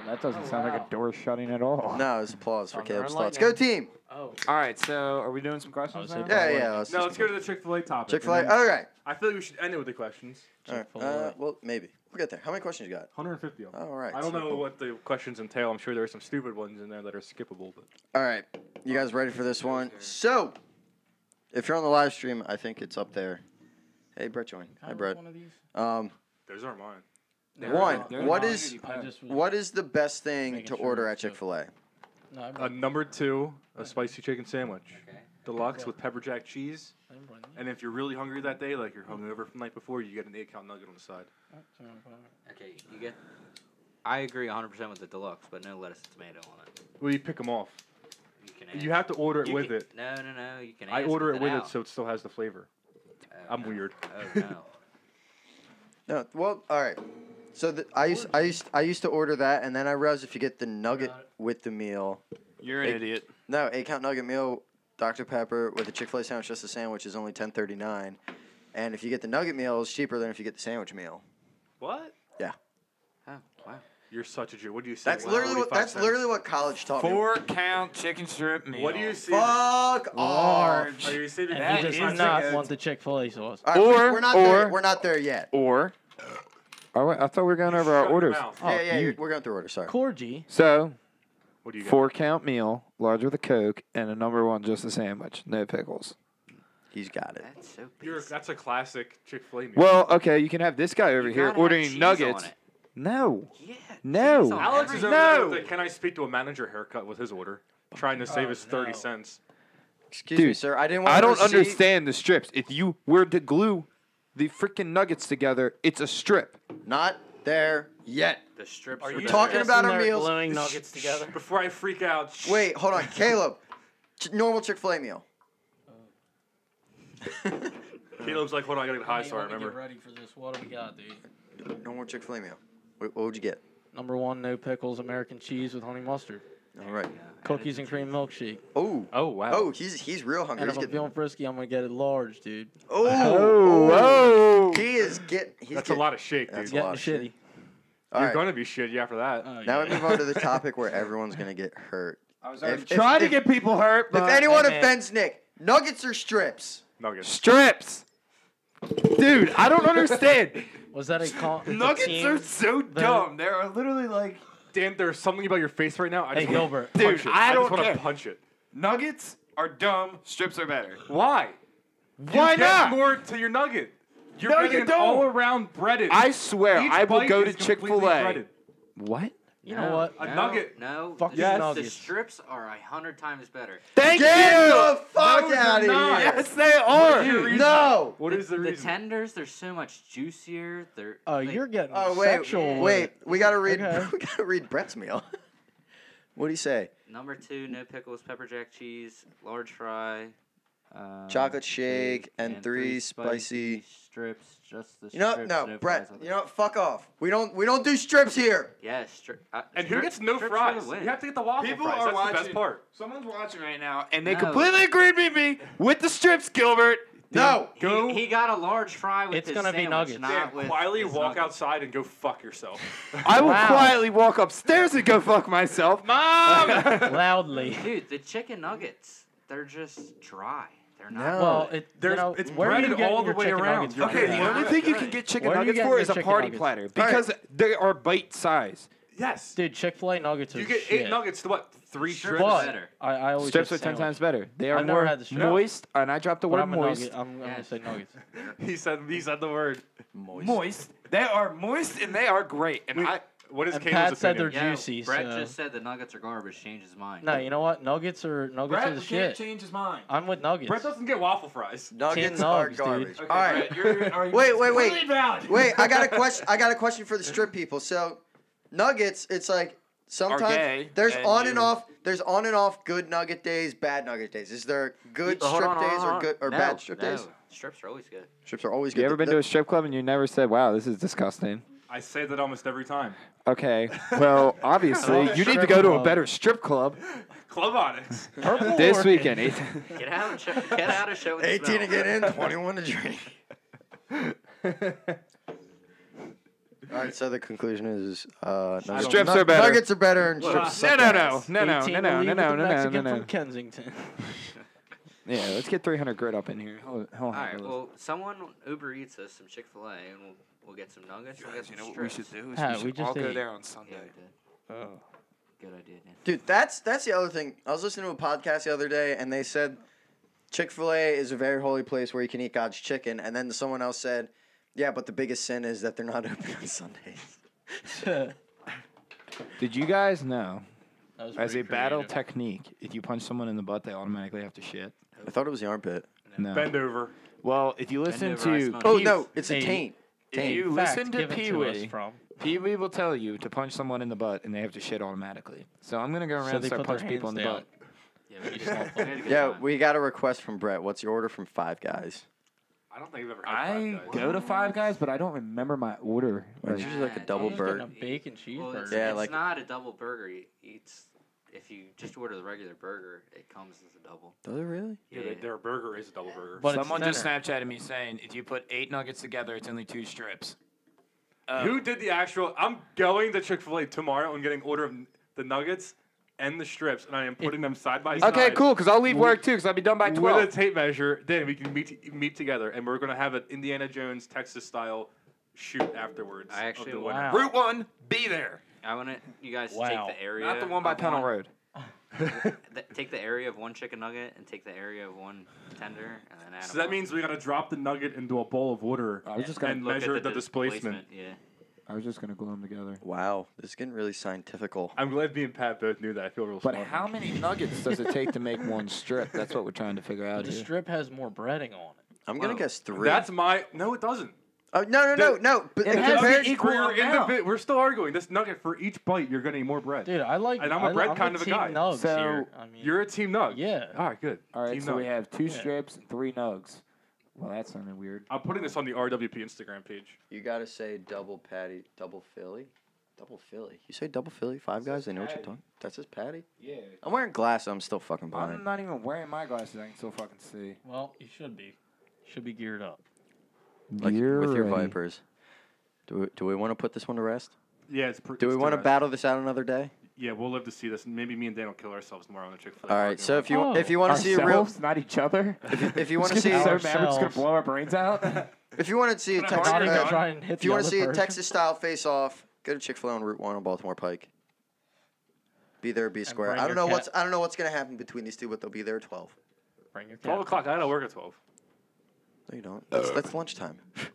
S1: That doesn't sound like
S6: wow.
S1: a door shutting at all.
S4: No, it's applause for
S6: Thunder and
S4: Caleb's thoughts. Go team!
S6: lightning. oh.
S1: All right. So, are we doing some questions
S6: I was
S1: now?
S4: Yeah,
S6: lightning.
S4: yeah. Let's
S5: No, let's go to the Chick Fil A topic.
S4: Chick Fil A.
S5: and then-
S4: All right.
S5: I feel like we should end it with the questions.
S4: All right.
S6: Chick-fil-A.
S4: Uh, well, maybe we'll get there. How many questions you got?
S5: 150 of them.
S4: All right.
S5: I don't know what the questions entail. I'm sure there are some stupid ones in there that are skippable, but
S4: All right, you guys ready for this one? So, if you're on the live stream, I think it's up there. Hey, Brett, join. Hi, Brett.
S6: One of these?
S4: Um,
S5: those aren't mine.
S4: one.
S1: they're
S4: What
S1: not
S4: is
S6: I just was-
S4: what is the best thing
S6: Making
S4: to
S6: sure
S4: order at
S6: it's
S4: Chick Fil A?
S6: No, I
S5: Uh,
S6: brought,
S5: number two, a spicy chicken sandwich,
S2: Okay.
S5: deluxe with pepper jack cheese.
S6: I didn't bring these.
S5: And if you're really hungry that day, like you're hungover from the night before, you get an eight count nugget on the side.
S6: Oh, sorry, I'm fine.
S2: Okay, you get. I agree 100% with the deluxe, but no lettuce and tomato on it.
S5: Well, you pick them off.
S2: You can. Ask,
S5: You have to order it
S2: you
S5: with
S2: can-
S5: it.
S2: No, no, no. You can.
S5: I
S2: ask
S5: order it with it
S2: without.
S5: so it still has the flavor.
S2: Oh,
S5: I'm
S2: no.
S5: weird.
S2: Oh no.
S4: No, well, all right. So the, I used I used I used to order that, and then I realized if you get the nugget
S6: Got it.
S4: with the meal,
S1: You're an
S4: Hey.
S1: idiot.
S4: no eight count nugget meal, Dr Pepper with a Chick Fil A sandwich, just a sandwich is only ten thirty nine, and if you get the nugget meal, it's cheaper than if you get the sandwich meal.
S5: What?
S2: Oh wow.
S5: You're such a Jew. What do you say?
S4: That's
S5: Wow.
S4: literally what,
S5: 45
S4: that's
S5: cents?
S4: literally what college taught me.
S1: Four count chicken strip meal.
S5: What do you see?
S4: Fuck off.
S1: Large.
S5: Are you saving
S6: And he
S1: That
S6: does
S1: is
S6: not
S1: good.
S6: want the Chick Fil A sauce.
S4: All right, we-
S1: Or-
S4: we're not
S1: or-
S4: there. We're not there yet.
S1: Or. Oh, wait, I thought we were going over our
S5: Shut your
S1: orders.
S5: mouth.
S6: Oh,
S4: yeah, yeah,
S1: you-
S4: you're- we're going through order. Sorry.
S6: Corgi.
S1: So,
S5: What do you got?
S1: four count meal, large with a Coke, and a number one just a sandwich, no pickles.
S4: He's got it.
S2: That's so.
S5: You're,
S2: basic.
S5: that's a classic Chick Fil A meal.
S1: Well, okay, you can have this guy over
S2: You
S1: here
S2: gotta have cheese
S1: ordering
S2: on
S1: nuggets.
S2: it.
S1: No.
S2: Yeah.
S1: No.
S2: cheese on
S5: Alex
S2: every-
S5: is over there with the, Can I speak to a manager haircut with his order? Trying to save
S6: Oh,
S5: his 30
S6: no.
S5: cents.
S4: Excuse me,
S1: Dude,
S4: sir. I didn't want.
S1: I don't
S4: to
S1: understand the strips. If you were to glue the freaking nuggets together, it's a strip.
S4: Not there yet.
S2: The strips.
S6: Are
S2: Are
S6: you
S2: you
S4: talking
S6: Guessing
S4: about our
S6: they're
S4: meals.
S6: Gluing nuggets together.
S5: Before I freak out. shh.
S4: Wait, hold on, Caleb. Ch- normal Chick Fil A meal.
S5: Caleb's like, hold on, I gotta get high, so I
S6: Get
S5: remember.
S6: ready for this. What do we got, dude?
S4: Normal Chick Fil A meal. Wait, what would you get?
S6: Number one, no pickles, American cheese with honey mustard,
S4: All right.
S6: cookies and cream milkshake.
S4: Oh.
S5: Oh, wow.
S4: Oh, he's he's real hungry.
S6: And
S4: He's
S6: if I'm
S4: getting,
S6: feeling frisky, I'm gonna get it large, dude.
S4: oh,
S1: Oh,
S4: He is get. He's
S5: That's a
S4: getting-
S5: lot of shake,
S4: That's
S5: dude.
S4: a lot.
S6: Getting
S4: of shit.
S6: shitty.
S4: All
S5: You're
S4: right.
S5: gonna be shitty after that.
S1: Uh.
S6: Oh,
S4: Now we
S6: yeah.
S4: move on to the topic where everyone's gonna get hurt.
S1: I was
S4: already- If-
S1: trying to
S4: if-
S1: get people hurt,
S4: If
S1: but
S4: anyone
S6: hey, man.
S4: offends Nick, nuggets or strips?
S5: Nuggets.
S1: strips. Dude, I don't understand.
S6: Was that a call? the
S5: Nuggets
S6: team-
S5: are so
S6: the-
S5: dumb. They are literally like, Dan, there's something about your face right now. I
S6: Hey
S5: just wanna
S6: Gilbert.
S5: punch
S1: Dude,
S5: it.
S1: I
S5: I
S1: don't
S5: just want
S1: care.
S5: to punch it.
S1: Nuggets are dumb. Strips are better.
S5: Why?
S1: Why
S5: you get
S1: not?
S5: more to your nugget. You're
S1: No,
S5: getting
S1: you
S5: an
S1: don't.
S5: all-around breaded.
S1: I swear,
S5: Each
S1: I will
S5: bite
S1: go to
S5: is
S1: Chick
S5: completely
S1: Fil A.
S5: breaded.
S1: What?
S6: You know what?
S5: A nugget.
S2: No,
S6: Fuck
S2: the,
S6: yes.
S2: the
S6: nuggets.
S2: strips are a hundred times better.
S1: Thank
S4: Get
S1: you.
S4: the fuck
S5: No, they're
S4: out of
S5: not.
S4: here.
S1: yes, they are.
S5: Dude.
S1: Dude.
S4: No.
S5: What
S2: the,
S5: is the, reason? Uh,
S2: tenders? They're so much juicier. They're
S6: Oh,
S2: like,
S6: you're getting
S4: Oh wait,
S6: sexual. with
S4: wait.
S6: it.
S4: We gotta read.
S6: Okay.
S4: We gotta read Brett's meal. what do you say?
S2: number two. No pickles, pepper jack cheese, large fry, uh,
S4: Chocolate shake and three spicy-
S2: strips. Just the
S4: You know,
S2: strips,
S4: no,
S2: fries
S4: Brett.
S2: on the-
S4: You know, what? fuck off. We don't. We don't do strips here.
S2: Yes, stri- uh,
S5: and who
S2: stri-
S5: gets no
S2: strips are the
S5: fries? You
S2: win.
S5: have to get the waffle
S1: People
S5: fries.
S1: are
S5: That's
S1: watching.
S5: the best part.
S1: Someone's watching right now, and they
S2: No.
S1: completely agreed with me with the strips, Gilbert.
S4: No.
S2: He-
S5: Go-
S2: He, got a large fry with
S6: It's
S2: his
S6: gonna be
S2: sandwich,
S6: nuggets.
S2: Not
S5: Dan,
S2: with
S5: quietly
S2: his
S5: walk
S2: nuggets.
S5: outside and go fuck yourself.
S1: I will
S6: Wow.
S1: quietly walk upstairs and go fuck myself.
S5: Um,
S1: Mom.
S6: loudly.
S2: Dude, the chicken nuggets, they're just dry. They're not.
S4: No.
S6: Well, it, you
S5: There's-
S6: know,
S5: it's
S6: where are you
S5: breaded
S6: getting
S5: all the
S6: your
S5: way
S6: chicken
S5: around.
S6: nuggets from?
S1: Okay, the
S5: Yeah.
S1: only thing you can
S5: Right.
S1: get chicken
S6: Where do you
S1: nuggets
S6: get
S1: for
S6: your
S1: is a
S6: chicken
S1: party
S6: nuggets?
S1: platter
S4: right.
S1: because they are bite size.
S5: yes.
S6: Dude, Chick Fil A nuggets are
S5: You get
S6: shit.
S5: eight nuggets to what? Three
S2: Sure.
S5: strips?
S6: But
S2: better.
S6: I, I always
S1: Strips are
S6: get
S1: ten
S6: sandwich.
S1: times better. They are
S6: I've never
S1: more
S6: had the strip.
S1: moist, and I dropped the
S6: But
S1: word
S6: I'm, a
S1: moist.
S6: nugget. I'm gonna
S2: Yes.
S6: say nuggets.
S5: He said he said the word.
S1: Moist. They are moist, and they are great. And I.
S5: What is
S6: And
S5: Caleb's
S6: Pat said
S5: opinion?
S6: they're-
S2: Yeah,
S6: juicy,
S2: Brett
S6: so-
S2: just said the nuggets are garbage. Change his mind.
S6: No, you know what? Nuggets are nuggets are the shit.
S1: his mind.
S6: I'm with nuggets.
S5: Brett doesn't get waffle fries.
S4: Nuggets
S6: Ten
S4: are
S6: nugs, dude.
S4: garbage.
S5: Okay,
S4: All right.
S5: Brett,
S4: Wait, wait, wait. Wait, I got a question. I got a question for the strip people. So, nuggets, it's like sometimes
S1: gay,
S4: there's
S1: and
S4: on
S1: you-
S4: and off. There's on and off good nugget days, bad nugget days. Is there good
S2: Oh, hold
S4: strip
S2: on, hold
S4: days
S2: on,
S4: or
S2: hold
S4: good
S2: on.
S4: or
S2: No,
S4: bad strip
S2: no.
S4: days?
S2: Strips are always good.
S4: Strips are always good.
S1: You ever been
S4: The-
S1: to a strip club and you never said, "Wow, this is disgusting"?
S5: I say that almost every time.
S1: Okay. Well, obviously,
S6: Oh,
S1: you need to
S6: strip
S1: go to a
S6: club.
S1: better strip club
S5: Club Onyx.
S6: Purple
S1: this
S6: Orchid.
S1: weekend. Ethan.
S2: Get out and show, get out of show. and
S4: 18
S2: smell.
S4: to get in, 21 to drink. All right, so the conclusion is uh, nuggets,
S1: Strips are better.
S4: Nuggets are better and
S5: Well,
S4: strips.
S1: Ah, No, no, no, no, no,
S6: 18
S1: no,
S6: to
S1: no,
S6: leave
S1: no,
S6: with
S1: no,
S6: the
S1: no, no,
S6: Mexican
S1: no.
S6: from Kensington.
S1: Yeah, let's get 300 grit up in here. Hell- hell
S2: All right.
S1: handle
S2: Well, someone Uber eats us some Chick Fil A, and we'll we'll get some nuggets. We'll get
S1: this.
S2: some strips.
S1: do?
S6: Pat, we just ate.
S1: on Sunday.
S2: Yeah, we did.
S1: Oh.
S2: Good idea, Dan.
S4: Dude, that's that's the other thing. I was listening to a podcast the other day, and they said Chick Fil A is a very holy place where you can eat God's chicken, and then someone else said, "Yeah, but the biggest sin is that they're not open on Sundays."
S6: that
S1: Did you guys know,
S6: was
S1: as a
S6: pretty
S1: battle
S6: creative.
S1: technique, if you punch someone in the butt, they automatically have to shit?
S4: I thought it was the armpit.
S1: No.
S5: Bend over.
S1: Well, if you listen
S2: over, I
S1: to
S2: smell
S4: Oh
S1: Pee-
S4: no, it's a
S6: Hey.
S4: taint.
S1: if you
S6: In fact,
S1: listen to
S6: give it
S1: Pee
S6: us
S1: Wee,
S6: from.
S1: Pee Wee will tell you to punch someone in the butt, and they have to shit automatically. So I'm gonna go around
S6: So
S1: and
S6: they
S1: start
S6: put their
S1: punching people in
S6: hands
S1: the
S6: down.
S1: butt.
S2: Yeah, we just we had a good
S4: Yeah,
S2: time.
S4: we got a request from Brett. What's your order from Five Guys?
S5: I don't think I've ever had
S1: I
S5: Five Guys.
S1: go to Five Guys, but I don't remember my order.
S4: It's
S1: Like,
S4: usually like a
S2: Nah,
S4: double
S2: dude.
S4: bird.
S6: Getting a bacon
S2: Well,
S6: cheeseburger.
S2: it's,
S4: Yeah,
S2: it's
S4: like-
S2: not a double burger. You- It's if you just order the regular burger, it comes as a double.
S4: Does it really?
S5: Yeah, they- their burger is a double burger.
S6: But
S1: Someone
S6: it's
S1: just Snapchatted me saying, if you put eight nuggets together, it's only two strips. Oh.
S5: Who did the actual? I'm going to Chick Fil A tomorrow and getting order of n- the nuggets and the strips, and I am putting them side by side.
S1: Okay, cool, because I'll leave work too, because I'll be done by
S5: With a
S1: 12.
S5: tape measure, then we can meet meet together, and we're gonna have an Indiana Jones Texas style shoot afterwards.
S2: I actually-
S5: of the
S6: wow.
S5: winner.
S1: Route 1, be there.
S2: I want to you guys to
S6: Wow.
S2: take the area.
S1: Not the one by
S2: of
S1: Tunnel Road.
S2: th- take the area of one chicken nugget and take the area of one tender, and then add.
S5: So
S2: them
S5: that
S2: up.
S5: means we gotta drop the nugget into a bowl of water. Uh,
S1: I was just
S5: gonna-
S1: gonna,
S5: And
S2: Look at
S5: measure the
S2: dis-
S5: displacement.
S2: Yeah.
S1: I was just gonna glue them together.
S4: Wow, this is getting really scientifical.
S5: I'm glad me and Pat both knew that. I feel real
S1: But
S5: smart.
S1: how many nuggets does it take to make one strip? That's what we're trying to figure out
S6: The
S1: here.
S6: strip has more breading on it.
S4: I'm gonna
S5: Wow.
S4: guess three.
S5: That's my no, it doesn't.
S4: oh, no, no, no, no. But
S1: It
S4: it
S1: has to be
S4: compares-
S1: equal
S5: For your
S1: amount.
S5: individ- we're still arguing. This nugget for each bite, you're getting more bread.
S6: Dude, I like.
S5: And I'm a
S6: I-
S5: bread kind of a
S6: team
S5: guy.
S6: Nugs
S1: So,
S6: here. I mean,
S5: You're a team nug.
S6: Yeah.
S5: All right, good.
S1: All right,
S5: team
S1: so
S5: nug.
S1: we have two
S6: Yeah.
S1: strips and three nugs. Well, that sounded weird.
S5: I'm putting this on the RWP Instagram page.
S4: You gotta say double patty, double Philly, double Philly. You say double Philly, Five Guys. They know what you're talking. That's his patty.
S1: Yeah.
S4: I'm wearing glasses. I'm still fucking
S1: I'm
S4: blind.
S1: not even wearing my glasses. I can still fucking see.
S6: well, you should be. Should be geared up.
S4: Like with your vipers. Do we, do we want to put this one to rest?
S5: Yeah, it's. Pr-
S4: Do we
S5: it's
S4: want to
S5: direct.
S4: battle this out another day?
S5: Yeah, we'll live to see this. Maybe me and Dan will kill ourselves tomorrow on the Chick Fil A.
S4: All right. So if you
S6: Oh.
S4: if you want to see a real
S1: Ourselves, not each other.
S4: if you want to
S1: It's
S4: see
S1: gonna be so
S6: Ourselves.
S1: mad, we're just gonna blow our brains out.
S4: If you want to see a
S5: Not
S4: Texas,
S6: Not
S5: Sorry,
S6: even
S5: dog.
S6: try and hit
S4: if you
S6: the
S4: want to
S6: other
S4: see a
S6: person.
S4: Texas style face off, go to Chick Fil A on Route One on Baltimore Pike. Be there, be square.
S6: bring
S4: I
S6: your
S4: don't know
S6: cat.
S4: what's I don't know what's gonna happen between these two, but they'll be there at twelve.
S6: Bring your
S5: Twelve
S6: cat.
S5: o'clock. I gotta work at twelve.
S4: No, you don't. That's, that's lunchtime.
S5: Let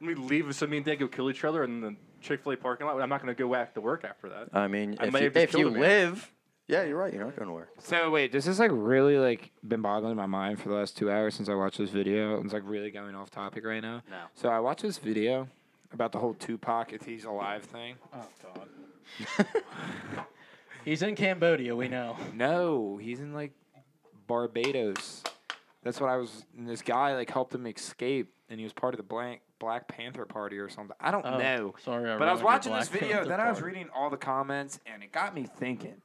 S5: me leave so me and Dad go kill each other in the Chick Fil A parking lot. but I'm not gonna go back to work after that.
S4: I mean,
S5: I
S4: if
S5: might
S4: you,
S5: have just
S4: if you
S5: killed a man.
S4: live, yeah, you're right. You're not going to work.
S1: So wait, this is like really like been boggling my mind for the last two hours since I watched this video. It's like really going off topic right now.
S2: No.
S1: So I watched this video about the whole Tupac if he's alive thing.
S6: Oh God. He's in Cambodia. We know.
S1: No, he's in like Barbados. That's what I was. And this guy like helped him escape, and he was part of the blank Black Panther Party or something. I don't
S6: Oh,
S1: know.
S6: Sorry.
S1: But I was
S6: ruined
S1: watching
S6: your
S1: this
S6: Black
S1: video,
S6: Panther
S1: then I was
S6: part.
S1: reading all the comments, and it got me thinking.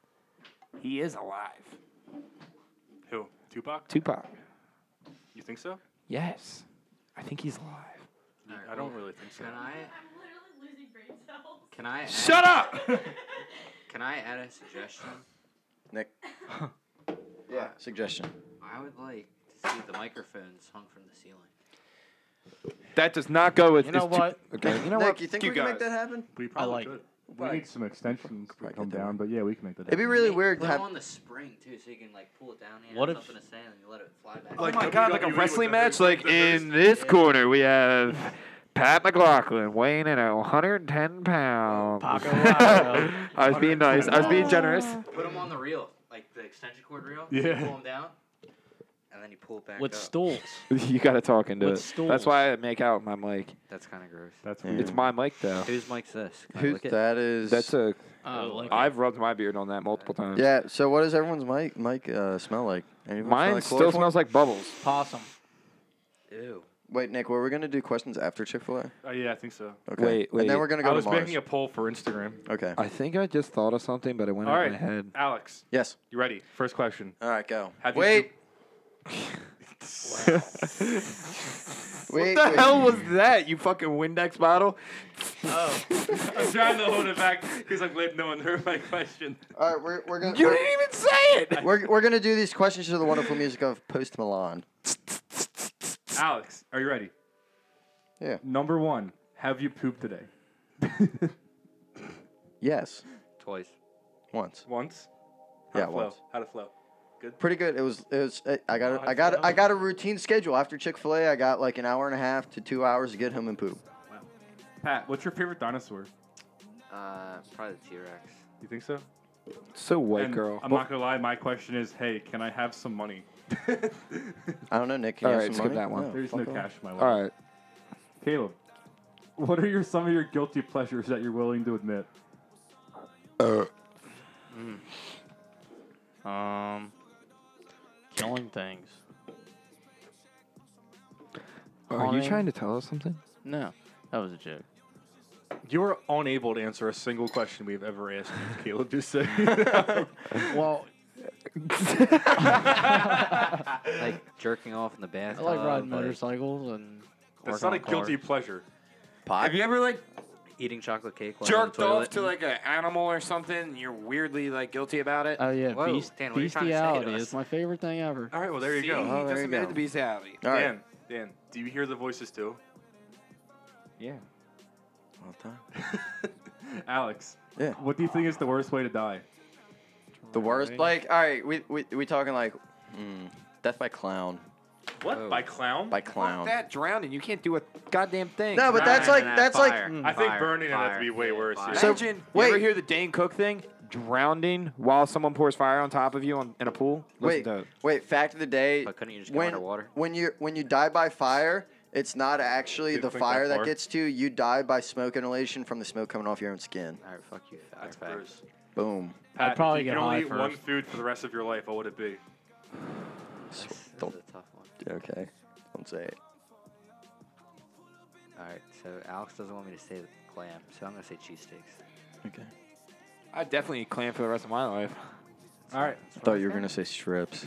S1: He is alive.
S5: Who? Tupac?
S1: Tupac.
S5: You think so?
S1: Yes, I think he's alive.
S5: I don't really think so.
S2: Can I?
S7: I'm literally losing brain cells.
S2: Can I? Add,
S5: up!
S2: Can I add a suggestion?
S4: Nick. yeah. Suggestion.
S2: I would like to see the microphones hung from the ceiling.
S1: That does not go with.
S6: You know
S1: it's Tu-
S6: what?
S1: okay. You know
S4: Nick,
S1: what?
S4: you think
S1: You
S4: we can
S1: got
S4: make
S1: it.
S4: that happen?
S5: We
S6: I
S5: probably
S6: like
S5: could.
S4: We need
S5: some extensions
S4: to come down,
S5: but yeah, we can make that.
S4: It'd be really
S2: Hey,
S4: weird to
S2: Put
S4: have.
S2: on the spring too, so you can like pull it down and
S6: What
S2: it's
S6: if-
S2: up in the sand and you let it fly back.
S1: Oh
S5: Like
S1: my god, like a
S5: WWE
S1: wrestling
S5: with the
S1: match.
S5: host-
S1: Like
S5: the host-
S1: in this corner, we have Pat McLaughlin weighing in at 110 pounds.
S6: Paco Rabanne.
S1: I was being nice. I was being generous.
S2: Put them on the reel, like the extension cord reel.
S5: Yeah.
S2: You pull them down, and then you pull it back
S6: with
S2: up.
S6: stools.
S1: You gotta talk into
S6: With
S1: it.
S6: stools.
S1: That's why I make out my mic.
S2: That's kind of gross.
S5: That's
S4: weird.
S1: It's my mic though.
S2: Whose mic's this? Can I
S4: Who,
S2: lick it?
S4: that is.
S1: That's a.
S6: Oh, like
S1: I've rubbed my beard on that multiple times.
S4: Yeah. So what does everyone's mic mic uh, smell like? Anyone smell
S1: Mine
S4: like
S1: still
S4: chloroform?
S1: smells like bubbles.
S6: possum.
S2: Ew.
S4: Wait, Nick, were we gonna do questions after Chick Fil A?
S5: Oh yeah, I think so.
S4: Okay.
S1: Wait,
S4: And
S1: wait.
S4: then we're gonna go
S5: I
S4: to
S5: was
S4: Mars.
S5: making a poll for Instagram.
S4: okay.
S1: I think I just thought of something, but it went
S5: All
S1: out
S5: right,
S1: my head.
S5: Alex,
S4: Yes.
S5: you ready? First question.
S4: All right, go.
S5: Have you
S4: wait, wait,
S1: what the
S4: wait.
S1: hell was that? You fucking Windex bottle?
S5: Oh. I'm trying to hold it back because I'm glad no one heard my question.
S4: All right, we're we're gonna
S1: You
S4: we're,
S1: didn't even say it.
S4: we're, we're gonna do these questions to the wonderful music of Post Malone.
S5: Alex, are you ready?
S4: Yeah.
S5: Number one, have you pooped today?
S4: Yes.
S2: Twice.
S4: Once.
S5: Once.
S4: Yeah,
S5: to flow?
S4: once.
S5: How to flow?
S4: Pretty good. It was. It was. uh, I got.
S5: Oh,
S4: a- I
S5: I
S4: got. a-
S5: forgot.
S4: I got a routine schedule after Chick Fil A. I got like an hour and a half to two hours to get home and poop.
S5: Pat, what's your favorite dinosaur?
S2: Uh, probably the T Rex.
S5: You think so?
S1: So white
S5: And
S1: girl.
S5: I'm not gonna lie. My question is, hey, can I have some money?
S4: I don't know, Nick. Can you
S1: All
S4: have
S1: right, skip
S4: some money?
S1: that one.
S5: There's
S4: fuck
S5: no
S4: off.
S5: cash in my life.
S1: All right.
S5: Caleb, what are your some of your guilty pleasures that you're willing to admit?
S4: Uh,
S6: Um, killing things.
S1: Are you
S6: Fine.
S1: trying to tell us something?
S6: No, that was a joke.
S5: You are unable to answer a single question we've ever asked you, Caleb. Just say.
S6: Well,
S2: Like jerking off in the
S6: I
S2: bathtub.
S6: like riding motorcycles and.
S5: That's
S6: working
S5: not a
S6: on
S5: guilty
S6: cars.
S5: pleasure.
S4: Pot.
S1: you ever like
S2: Eating chocolate cake. While
S1: jerked
S2: on the
S1: off
S2: toilet.
S1: to like an animal or something and you're weirdly like guilty about it?
S6: Oh yeah,
S2: Whoa,
S6: beast,
S2: Dan, what are you trying to say to
S6: bestiality
S2: us?
S6: is my favorite thing ever.
S5: All right, well there you
S1: See?
S5: go.
S1: He
S4: Oh, there
S1: just
S4: you
S1: admitted
S4: go.
S1: to bestiality.
S4: All right.
S5: Dan, Dan, do you hear the voices too?
S1: Yeah.
S4: All the time.
S5: Alex,
S4: Yeah.
S5: what do you think is the worst way to die?
S4: The worst. Like, all right, we we we talking like, mm, death by clown.
S5: What? By clown?
S4: By
S1: Fuck
S4: clown.
S1: that drowning. You can't do a goddamn thing.
S4: No, but that's like
S2: Drowning in
S4: that's
S2: that
S4: like.
S2: fire.
S5: I think burning it had to be way worse.
S2: fire.
S5: yeah.
S4: So-
S1: Imagine. you ever
S4: wait.
S1: hear the Dane Cook thing? Drowning while someone pours fire on top of you on, in a pool. Listen
S4: Wait,
S1: to it.
S4: wait. Fact of the day.
S2: But couldn't you just go
S4: when
S2: underwater?
S4: when you when you die by fire, it's not actually
S5: Didn't
S4: the
S5: think
S4: fire
S5: that
S4: that,
S5: far.
S4: gets to you. You die by smoke inhalation from the smoke coming off your own skin.
S2: All right, fuck you.
S5: That's
S2: fire
S5: gross.
S4: Boom.
S5: Pat,
S6: I'd probably
S5: if you
S6: get
S5: could only
S6: high
S5: eat one
S6: first.
S5: food for the rest of your life, what would it be?
S2: This, this is a
S4: Don't-
S2: tough one.
S4: Okay. Don't say it.
S2: All right, so Alex doesn't want me to say clam, so I'm gonna say cheesesteaks.
S4: Okay.
S1: I definitely eat clam for the rest of my life.
S5: All right.
S4: I thought you were gonna say strips.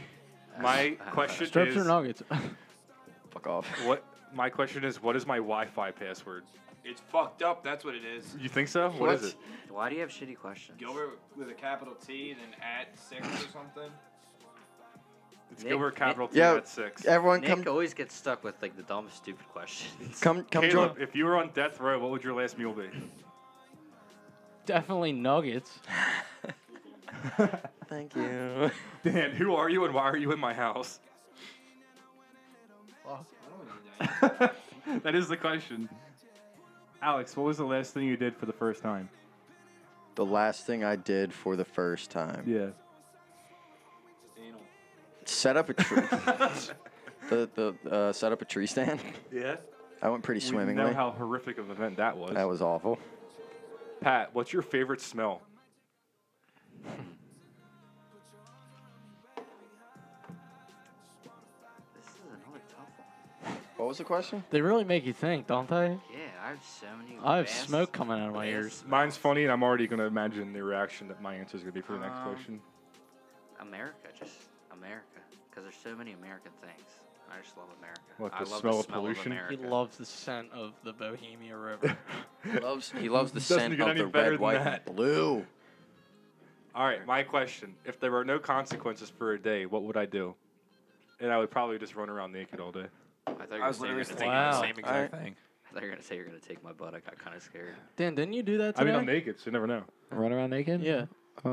S5: My question
S6: Strips or
S5: is
S6: nuggets?
S4: Fuck off.
S5: what my question is what is my Wi-Fi password?
S1: It's fucked up. That's what it is.
S5: You think so? what is it?
S2: Why do you have shitty questions?
S1: with a capital T, then at six or something.
S5: It's
S2: Nick-
S5: Gilbert Capital Team
S4: Yeah.
S5: at six.
S4: Everyone,
S2: Nick
S4: come,
S2: always gets stuck with like the dumb, stupid questions.
S4: come, come
S5: Caleb,
S4: join.
S5: if you were on death row, what would your last meal be?
S6: Definitely nuggets.
S4: Thank you.
S5: Dan, who are you and why are you in my house? that is the question. Alex, what was the last thing you did for the first time?
S4: the last thing I did for the first time.
S5: Yeah.
S4: Set up a tree. the the uh, set up a tree stand.
S5: Yeah.
S4: I went pretty
S5: We
S4: swimmingly.
S5: know how horrific of an event that was.
S4: that was awful.
S5: Pat, what's your favorite smell?
S2: This is another tough one.
S4: What was the question?
S6: They really make you think, don't they?
S2: Yeah, I have so many.
S6: I have
S2: vast-
S6: smoke coming out of my
S2: vast
S6: ears.
S5: Mine's funny, and I'm already going to imagine the reaction that my answer is going to be for the next
S2: Um,
S5: question.
S2: America, just America, because there's so many American things. I just love America.
S5: What,
S2: I
S5: the
S2: love
S5: smell
S2: the
S5: of
S2: smell
S5: pollution?
S2: of
S6: He
S2: America.
S6: loves the scent of the Bohemia River.
S4: He loves, he loves the
S5: Doesn't
S4: scent
S5: get
S4: of
S5: any
S4: the
S5: better
S4: red,
S5: than
S4: white,
S5: that.
S4: and blue.
S5: All right, my question. If there were no consequences for a day, what would I do? And I would probably just run around naked all day.
S2: I thought you
S1: I
S2: were
S1: was
S2: saying you're
S1: literally thinking
S2: gonna take
S1: the
S6: Wow.
S1: same exact thing.
S2: I thought you were gonna say you're gonna take my butt. I got kind of scared.
S6: Dan, didn't you do that
S5: I
S6: today?
S5: mean, I'm naked, so you never know.
S1: Run around naked?
S6: Yeah.
S1: Uh,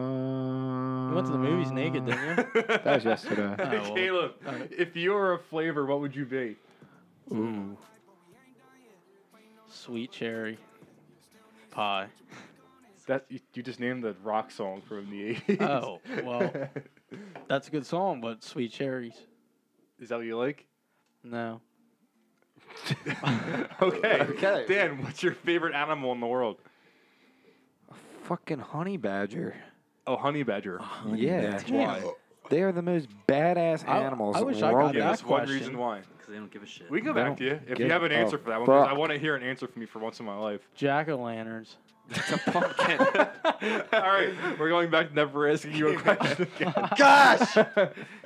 S6: You went to the movies naked, didn't you?
S5: that
S1: That was yesterday.
S6: Oh, well.
S5: Caleb,
S6: Alright.
S5: if you were a flavor, what would you be?
S1: Ooh.
S6: Sweet cherry pie.
S5: That you, you just named the rock song from the 80s.
S6: Oh, well. That's a good song, but sweet cherries.
S5: Is that what you like?
S6: No.
S5: okay.
S1: Okay.
S5: Dan, what's your favorite animal in the world?
S1: Fucking honey badger.
S5: Oh, honey badger.
S6: Uh,
S1: yeah.
S5: Why?
S1: They are the most badass
S6: I-
S1: animals.
S6: I wish I got
S1: roaming.
S5: Yeah,
S6: that
S5: that's one
S6: question.
S5: reason why.
S2: Because they don't give a shit.
S5: We can come
S1: They
S5: back to you
S1: don't
S5: if you
S1: give
S5: have an
S1: a
S5: answer for that one. 'cause I
S1: fuck.
S5: want to hear an answer from you for once in my life.
S6: Jack o' lanterns.
S1: It's a pumpkin.
S5: All right, we're going back to never asking you a question again.
S4: Gosh!
S1: you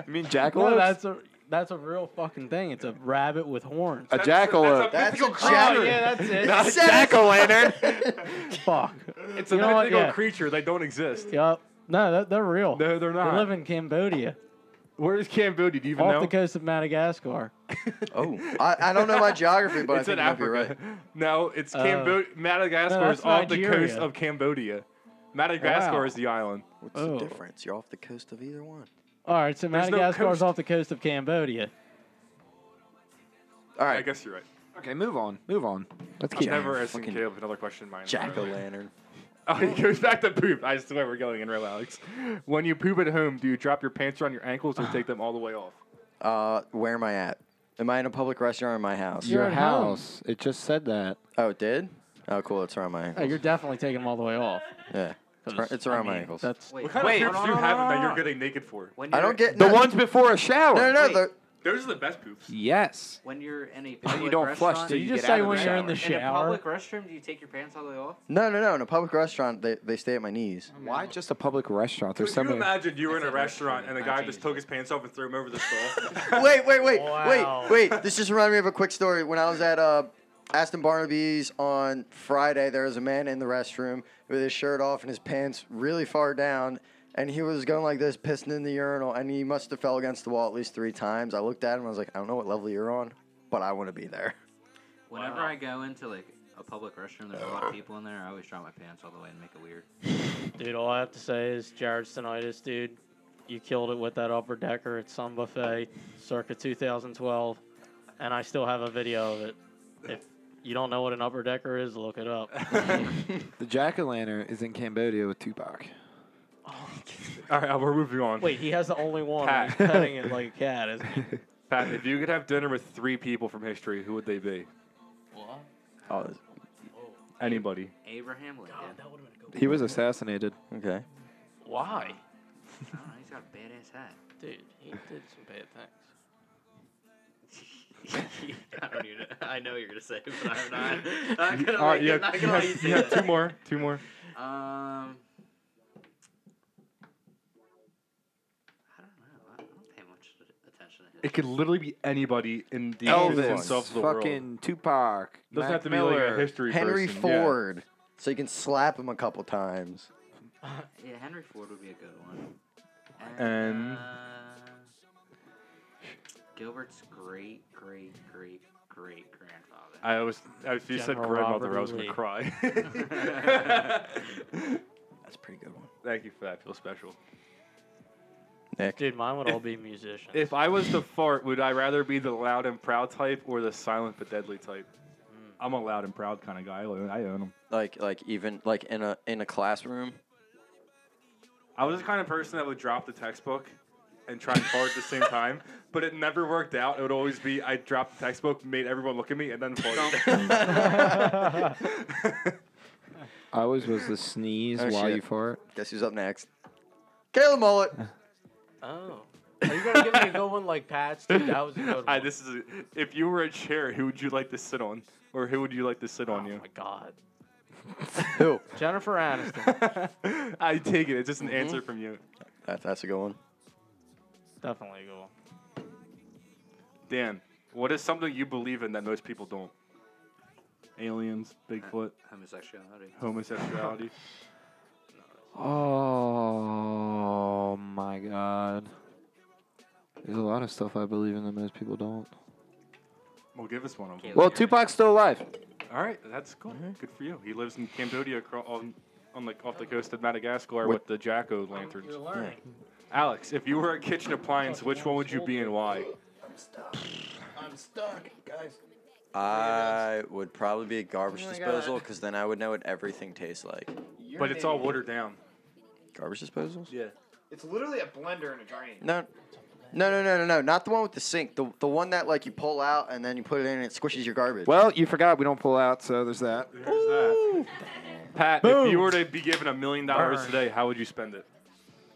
S1: mean jackalopes?
S6: No, that's a that's a real fucking thing. It's a rabbit with horns.
S1: a jackalope.
S4: That's a
S6: Oh
S4: jack-
S6: yeah, that's it.
S1: Not a jack-o'-lantern.
S6: Fuck.
S5: It's a
S6: You know what,
S5: mythical
S6: yeah.
S5: creature. They don't exist.
S6: Yup. No, that, they're real.
S5: No, they're
S6: They
S5: not.
S6: live in Cambodia,
S5: Where is Cambodia? Do you even
S6: off
S5: know?
S6: the coast of Madagascar.
S4: Oh, I, I don't know my geography, but
S5: it's
S4: I think
S5: in
S4: you might be
S5: Africa.
S4: right.
S5: No, it's
S6: Oh.
S5: Cambodia. Madagascar
S6: No,
S5: is
S6: that's
S5: off the
S6: Nigeria.
S5: coast of Cambodia. Madagascar
S6: Wow.
S5: is the island.
S4: What's
S6: Oh.
S4: the difference? You're off the coast of either one.
S6: All right, so
S5: There's no
S6: Madagascar's
S5: coast.
S6: off the coast of Cambodia.
S4: All
S5: I
S4: right,
S5: guess you're right.
S1: okay, move on. Move on. Let's
S5: I'm
S1: keep.
S5: never asking
S4: fucking
S5: Caleb another question. in Mine.
S4: jack o' lantern.
S5: Oh, he goes back to poop. I swear we're going in row, Alex. When you poop at home, do you drop your pants around your ankles or take them all the way off?
S4: Uh, where am I at? Am I in a public restaurant or in my house?
S6: You're
S1: Your
S6: at home.
S1: house. It just said that.
S4: Oh, it did? Oh, cool. It's around my
S6: Oh,
S4: ankles.
S6: you're definitely taking them all the way off.
S4: yeah. It's,
S6: 'cause,
S4: ar- it's around
S6: I
S4: my
S6: mean,
S4: ankles.
S6: That's
S2: Wait,
S5: What kind
S2: wait,
S5: of poops
S2: hold
S5: do you
S2: on,
S5: have
S2: hold on,
S5: that
S2: hold
S5: you're
S2: on.
S5: getting naked for?
S2: When
S4: I
S2: you're-
S4: don't get
S1: The
S4: no-
S1: ones before a shower.
S4: No, no, no.
S2: Wait.
S4: the-
S5: Those are the best poops.
S1: Yes.
S2: When you're in a
S1: And
S2: public
S1: you don't
S2: restaurant,
S1: flush till
S6: Did
S1: you,
S6: you
S1: get
S6: just
S1: out
S6: say
S1: of
S6: when you're in
S1: shower.
S6: the
S2: in a
S6: shower?
S2: public restroom, do you take your pants all the way off?
S4: no, no, no. In a public restaurant, they, they stay at my knees.
S1: Why just a public restaurant? There's
S5: Could
S1: so
S5: you
S1: many.
S5: imagine you were in a
S2: That's a
S5: restaurant
S2: restaurant.
S5: and the
S2: I
S5: guy
S2: changed
S5: just
S2: it.
S5: took his pants off and threw him over the stall?
S4: wait, wait, wait,
S6: Wow.
S4: wait, wait. This just reminded me of a quick story. When I was at uh, Aston Barnaby's on Friday, there was a man in the restroom with his shirt off and his pants really far down, and he was going like this, pissing in the urinal, and he must have fell against the wall at least three times. I looked at him, I was like, I don't know what level you're on, but I want to be there.
S2: Whenever I go into like a public restroom, there's a lot of people in there. I always drop my pants all the way and make it weird.
S6: Dude, all I have to say is Jared Stenitis, dude. You killed it with that upper decker at Sun Buffet circa 2012, and I still have a video of it. If you don't know what an upper decker is, look it up.
S1: The jack o' lantern is in Cambodia with Tupac.
S5: all right, we're moving on.
S6: Wait, he has the only one.
S5: Pat.
S6: and He's petting it like a cat, isn't he?
S5: Pat, if you could have dinner with three people from history, who would they be?
S6: What?
S4: Oh,
S5: Anybody.
S2: Abraham Lincoln.
S6: that would have been a good
S1: He was assassinated.
S4: okay.
S6: Why?
S2: I don't know, Oh, he's got a badass hat.
S6: Dude, he did some bad things.
S2: I don't even. I know what you're gonna say, but I'm not. Not gonna,
S5: All
S2: let
S5: right,
S2: you-
S5: you
S2: not
S5: have, Uh, you
S2: gonna let you
S5: have,
S2: say
S5: you have two
S2: that.
S5: more. Two more.
S2: Um. I don't know. I don't pay much attention to
S5: It could literally be anybody in the existence of the
S1: fucking
S5: world.
S1: Tupac.
S5: Doesn't
S1: Mac
S5: have to be
S1: Miller.
S5: like a history
S4: Henry
S5: person. Yeah.
S4: Ford. So you can slap him a couple times.
S2: Yeah, Henry Ford would be a good one.
S5: And-
S2: uh, Gilbert's great, great, great, great grandfather.
S5: I was. If you said
S6: General
S5: grandmother,
S6: Robert
S5: I was gonna
S6: E. Lee.
S5: cry.
S4: That's a pretty good one.
S5: Thank you for that. Feel special.
S4: Nick.
S6: Dude, mine would
S5: If-
S6: all be musicians.
S5: If I was to fart, would I rather be the loud and proud type or the silent but deadly type? I'm a loud and proud kind of guy. I own, I own 'em.
S4: Like like even like in a in a classroom.
S5: I was the kind of person that would drop the textbook and try and fart at the same time, but it never worked out. It would always be I dropped the textbook, made everyone look at me, and then farted.
S1: I always was the sneeze
S4: Oh,
S1: while
S4: shit.
S1: you fart.
S4: Guess who's up next? Caleb Mullet.
S6: oh. Are you gonna give me a good one like Pat's? Dude, that was a good one.
S5: I, this is if you were a chair, who would you like to sit on, or who would you like to sit
S6: oh
S5: on you?
S6: my god.
S4: Who?
S6: Jennifer Aniston.
S5: I take it. It's
S6: Mm-hmm.
S5: just an answer from you.
S4: That, that's a good one.
S6: Definitely a good one.
S5: Dan, what is something you believe in that most people don't? Aliens, Bigfoot,
S2: Homosexuality.
S5: homosexuality.
S1: Oh my god. There's a lot of stuff I believe in that most people don't.
S5: well, give us one of them.
S2: Caleb.
S1: Well, Tupac's still alive.
S5: All right, that's cool. Good for you. He lives in Cambodia acro- on, on the, off the coast of Madagascar with the Jacko lanterns.
S6: You're learning.
S5: Alex, if you were a kitchen appliance, which one would you be and why?
S4: I would probably be a garbage disposal because then I would know what everything tastes like.
S5: But it's all watered down.
S4: Garbage disposals?
S5: Yeah.
S8: It's literally a blender and a drain.
S4: No. No, no, no, no, no. Not the one with the sink. The, the one that like you pull out and then you put it in and it squishes your garbage.
S1: Well, you forgot we don't pull out, so there's that.
S5: There's that. Pat, if you were to be given a million dollars today, how would you spend it?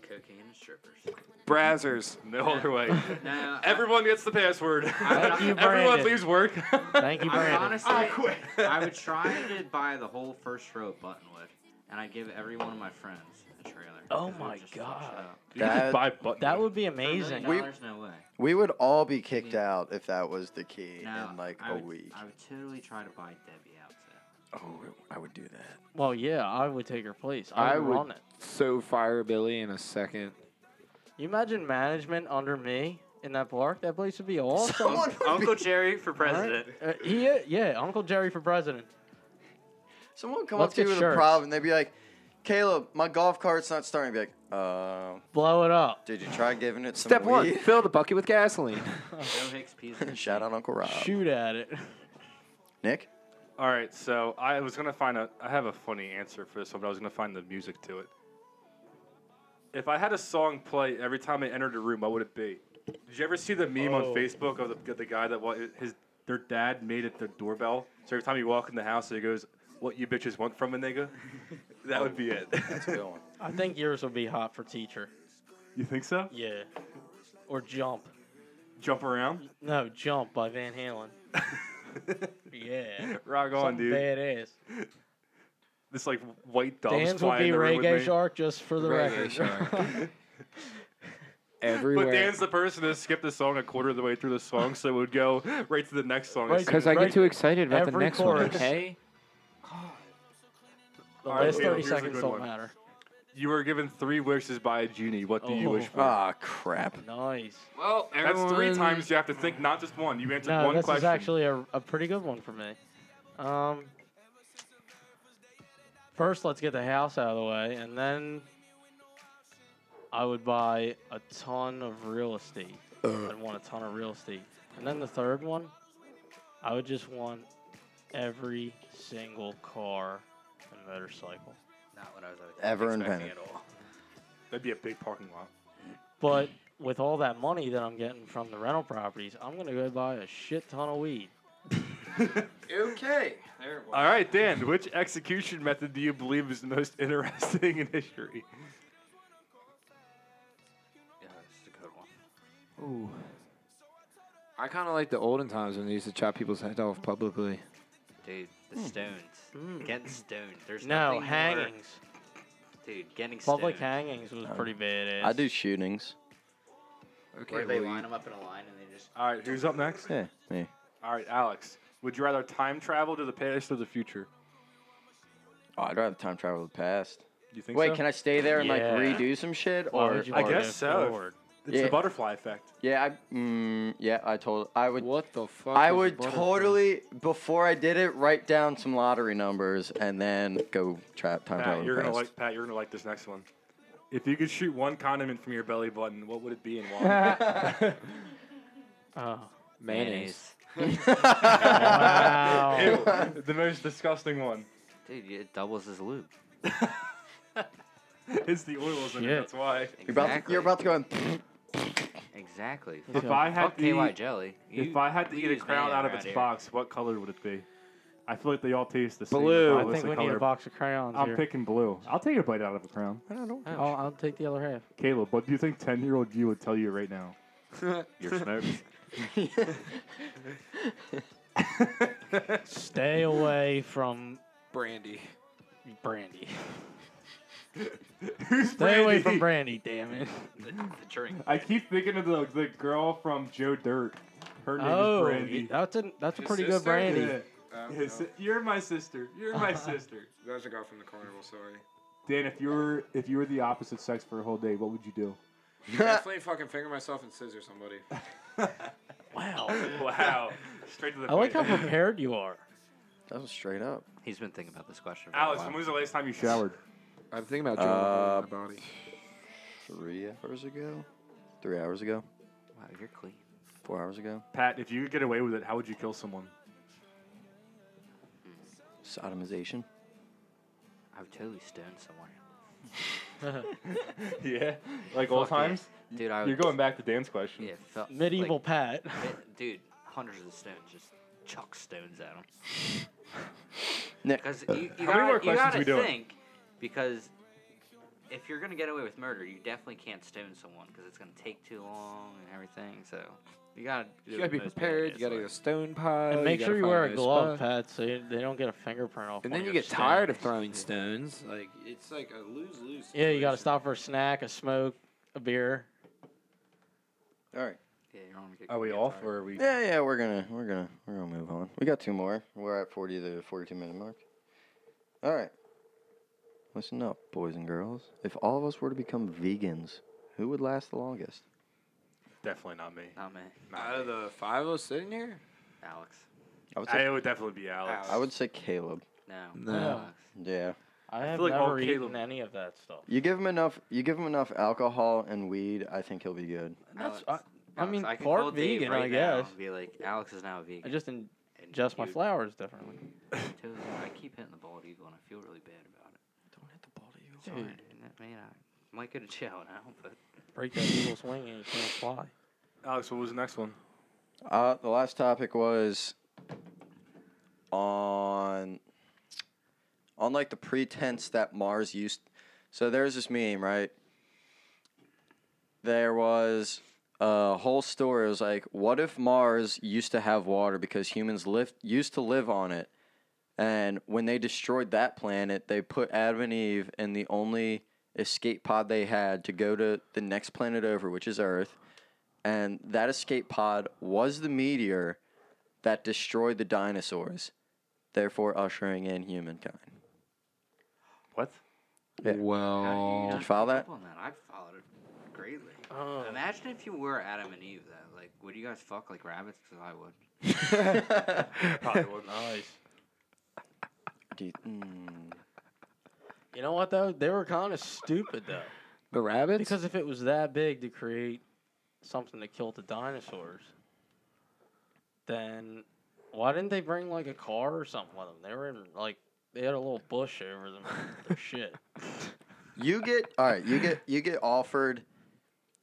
S2: Cocaine and strippers.
S1: Brazzers.
S5: No other way.
S2: No,
S5: Everyone gets the password.
S2: Thank you,
S5: Everyone
S6: Brandon.
S5: leaves work.
S6: Thank you,
S2: I, I
S6: Brandon.
S2: honestly,
S8: I quit.
S2: I would try to buy the whole first row of Buttonwood, and I'd give every one of my friends a trailer.
S6: Oh
S2: 'cause we'd
S6: my
S2: just flush it
S6: God.
S2: out.
S5: You could
S4: That-
S5: buy button.
S6: That would be
S2: For a million
S6: amazing.
S4: We-
S2: dollars, no way.
S4: we would all be kicked out if that was the key
S2: Mm. No,
S4: in like
S2: I
S4: a
S2: would,
S4: week.
S2: I would totally try to buy Debbie out too.
S4: oh, I would do that.
S6: Well, yeah, I would take her place.
S1: I
S6: I would
S1: would-
S6: run it.
S1: So fire Billy in a second.
S6: You imagine management under me in that park? That place would be awesome.
S4: Someone would, be,
S2: Uncle Jerry for president.
S6: Uh, he, yeah, Uncle Jerry for president.
S4: someone come
S6: Let's
S4: up to you
S6: get
S4: with a
S6: shirts.
S4: problem. They'd be like, Caleb, my golf cart's not starting. I'd be like, uh,
S6: Blow it up.
S4: did you try giving it some
S1: Step one:
S4: weed?"
S1: fill the bucket with gasoline.
S2: Joe Hicks peas in the
S4: Shout out Uncle Rob.
S6: Shoot at it.
S4: Nick?
S5: All right, so I was gonna find a. I have a funny answer for this one, but I was gonna find the music to it. If I had a song play every time I entered a room, what would it be? Did you ever see the meme on
S6: Oh.
S5: Facebook of the, the guy that wa- his their dad made it their doorbell? So every time you walk in the house, he goes, "What you bitches want from a nigga?" that would be it.
S4: That's a good one.
S6: I think yours will be hot for teacher.
S5: you think so?
S6: Yeah. Or jump.
S5: Jump around.
S6: No, jump by Van Halen. Yeah.
S5: Rock on,
S6: Something
S5: dude.
S6: Badass.
S5: This like white doves
S6: Dan's will
S5: flying
S6: be
S5: in the room with
S6: Reggae
S5: me.
S6: Shark just for the
S1: Reggae
S6: record.
S1: Shark.
S5: But
S1: Everywhere.
S5: Dan's the person that skipped the song a quarter of the way through the song, so it would go right to the next song.
S6: Right
S1: Because I get
S6: Right.
S1: too excited about the
S6: Every
S1: next one.
S6: chorus.
S1: Okay.
S6: The
S5: All right,
S6: last
S5: Caleb,
S6: 30
S5: here's a
S6: seconds
S5: good
S6: don't
S5: one.
S6: matter.
S5: You were given three wishes by a genie. What do you wish
S6: Oh.
S5: for?
S4: Ah, crap.
S6: Nice.
S1: Well,
S5: That's three times you have to think, not just one. You answered
S6: No,
S5: one
S6: this
S5: question.
S6: is actually a, a pretty good one for me. Um, first, let's get the house out of the way, and then I would buy a ton of real estate. I'd want a ton of real estate, and then the third one, I would just want every single car and motorcycle.
S2: Not what I was
S4: Ever
S2: expecting
S4: invented.
S2: at all.
S5: That'd be a big parking lot.
S6: But with all that money that I'm getting from the rental properties, I'm gonna go buy a shit ton of weed.
S1: Okay. There it was.
S5: All right, Dan. Which execution method do you believe is the most interesting in history?
S2: Yeah, this is a good one.
S1: Ooh. I kind of like the olden times when they used to chop people's heads off publicly.
S2: Dude, the
S4: Hmm.
S2: stones.
S5: Hmm.
S6: Mm.
S2: Getting stoned. There's
S6: No
S2: nothing more-
S6: hangings.
S2: Dude, getting
S6: Public
S2: stoned.
S6: hangings was pretty badass.
S4: I do shootings.
S2: Where they line them up in a line and they just.
S5: All right, who's up next?
S4: Yeah, me.
S5: All right, Alex. Would you rather time travel to the past or the future?
S4: Oh, I'd rather time travel to the past.
S5: You think
S4: Wait,
S5: so?
S4: can I stay there and
S6: Yeah.
S4: like redo some shit?
S6: Why
S4: Or
S6: would you
S5: I
S6: wanna
S5: guess
S6: go
S5: so.
S6: forward?
S5: It's
S4: Yeah.
S5: the butterfly effect.
S4: Yeah, I, mm, yeah, I told. I would.
S1: What the fuck?
S4: I
S1: is a
S4: would
S1: butterfly?
S4: totally before I did it write down some lottery numbers and then go trap time
S5: Pat,
S4: travel.
S5: you're
S4: to the
S5: gonna
S4: past.
S5: like Pat. You're gonna like this next one. If you could shoot one condiment from your belly button, what would it be and why?
S6: Oh.
S1: mayonnaise.
S6: Wow.
S5: Ew, the most disgusting one.
S2: Dude, it doubles as lube.
S5: It's the oils in it.
S6: Shit.
S5: That's why.
S2: Exactly.
S4: You're about to, you're about to go. In,
S2: Exactly.
S5: If I had
S2: Fuck
S5: to
S2: KY
S5: eat,
S2: jelly.
S5: if
S2: You-
S5: I had to
S2: we
S5: eat a
S2: use
S5: crown
S2: mayo
S5: out of
S2: around
S5: its
S2: here.
S5: box, what color would it be? I feel like they all taste the same.
S1: Blue.
S6: I
S5: regardless
S6: think
S5: of
S6: we need
S5: color.
S6: a box of crayons
S5: I'm
S6: here.
S5: picking blue. I'll take a bite out of a crown.
S6: I'll, I'll take the other half.
S5: Caleb, what do you think 10 year old you would tell you right now? You're smoked.
S6: Stay away from
S1: Brandy.
S6: brandy.
S5: Who's
S6: Stay
S5: Brandy?
S6: away from brandy, damn it.
S2: the, the drink.
S5: I keep thinking of the, the girl from Joe Dirt. Her name is
S6: Oh,
S5: Brandy.
S6: that's a that's a
S1: His
S6: pretty good
S1: sister?
S6: brandy.
S5: Yeah. Yeah, si- You're my sister. You're my sister.
S1: That was a guy from the carnival. Sorry.
S5: Dan, if you were if you were the opposite sex for a whole day, what would you do?
S1: Definitely fucking finger myself and scissor somebody.
S6: Wow.
S5: Wow. Straight to the
S6: I like how prepared you are.
S4: that was straight up.
S2: He's been thinking about this question for
S5: Alex,
S2: a
S5: when
S2: while.
S5: was the last time you showered?
S1: I'm thinking about drawing a hole in
S4: Uh,
S1: my body.
S4: Three hours ago. Three hours ago.
S2: Wow, you're clean.
S4: Four hours ago.
S5: Pat, if you could get away with it, how would you kill someone?
S4: Sodomization.
S2: I would totally stone someone.
S5: yeah. Like old
S2: Fuck
S5: times?
S2: yes. Dude, I would.
S5: You're going back to Dan's question.
S2: Yeah, felt,
S6: Medieval Pat.
S2: Like, mi- dude, hundreds of stones. Just chuck stones at him.
S4: Nick.
S2: Because you, you
S5: How many
S2: gotta,
S5: more
S2: you
S5: questions
S2: gotta
S5: we doing?
S2: think, because if you're gonna get away with murder, you definitely can't stone someone because it's gonna take too long and everything. So you gotta. Do
S1: You gotta
S2: it
S1: be
S2: the most
S1: prepared. You gotta
S2: minimalist
S1: get
S2: way.
S1: a stone pile.
S6: And make
S1: oh, you
S6: sure
S1: gotta
S6: you
S1: find
S6: wear a
S1: nice
S6: glove,
S1: spot.
S6: Pat, so you, they don't get a fingerprint off.
S1: And
S6: one
S1: then you
S6: your
S1: get tired of
S6: stones.
S1: throwing stones. Like it's like a lose lose.
S6: Yeah, you gotta stop for a snack, a smoke, a beer.
S4: All right.
S2: Yeah, you're on
S5: Are we off or are we
S4: Yeah, yeah, we're gonna we're gonna we're gonna move on. We got two more. We're at forty to forty two minute mark. All right. Listen up, boys and girls. If all of us were to become vegans, who would last the longest?
S5: Definitely not me.
S2: Not me,
S1: Out of the five of us sitting here,
S2: Alex.
S4: I would say
S5: I would definitely be Alex.
S4: I would say Caleb.
S2: No.
S1: No.
S2: Alex.
S4: Yeah.
S6: I have
S5: feel like all
S6: never eaten
S5: Caleb-
S6: any of that stuff.
S4: You give him enough you give him enough alcohol and weed, I think he'll be good.
S6: That's-
S2: Alex-
S6: I- I
S2: Alex,
S6: mean,
S2: can
S6: part
S2: call Dave
S6: vegan, I
S2: now
S6: guess.
S2: and Be like, Alex is now a vegan.
S6: I just in-
S2: and
S6: adjust my
S2: you-
S6: flowers differently.
S2: totally- I keep hitting the bald eagle, and I feel really bad about it. Don't hit the bald eagle. Sorry. I mean, I might go to jail now, but
S6: Break that eagle's wing and you can't fly.
S5: Alex, what was the next one?
S4: Uh the last topic was on on like the pretense that Mars used so there's this meme, right? There was a whole story. It was like, what if Mars used to have water because humans lived used to live on it? And when they destroyed that planet, they put Adam and Eve in the only escape pod they had to go to the next planet over, which is Earth. And that escape pod was the meteor that destroyed the dinosaurs, therefore ushering in humankind.
S5: What?
S4: Yeah.
S2: How do you
S1: Well,
S2: not
S4: follow
S2: pick
S4: that?
S2: up On that, I followed it greatly.
S6: Oh.
S2: Imagine if you were Adam and Eve, though. Like, would you guys fuck like rabbits? Because I would.
S5: Probably would
S6: Nice.
S4: Do you- mm.
S6: You know what though? They were kind of stupid though,
S1: the rabbits.
S6: because if it was that big to create something to kill the dinosaurs, then why didn't they bring like a car or something with them? They were in like they had a little bush over them. their shit.
S4: You get all right. You get you get offered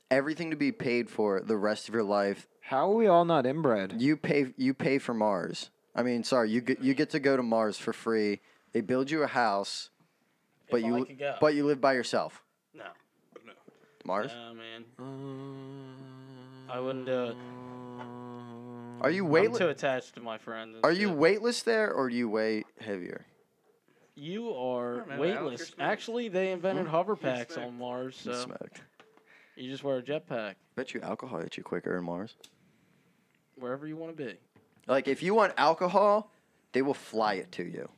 S4: everything to be paid for the rest of your life.
S1: how are we all not inbred?
S4: You pay you pay for Mars. I mean, sorry, you get you get to go to Mars for free. They build you a house,
S6: If
S4: but
S6: I
S4: you
S6: could go.
S4: but you live by yourself.
S6: no, Uh,
S4: Mars?
S6: no man, I wouldn't do it.
S4: Are you
S6: I'm too
S4: weightless?
S6: attached to my friends. and
S4: Are you
S6: shit.
S4: weightless there, or are you way heavier?
S6: You are
S2: man, Alex, you're
S6: weightless.
S2: smoked.
S6: Actually, they invented hover packs
S5: smoked.
S6: on Mars,
S4: You
S6: so
S4: smoked.
S6: you just wear a jetpack
S4: Bet you alcohol hits you quicker in Mars.
S6: wherever you want to be.
S4: Like if you want alcohol, they will fly it to you.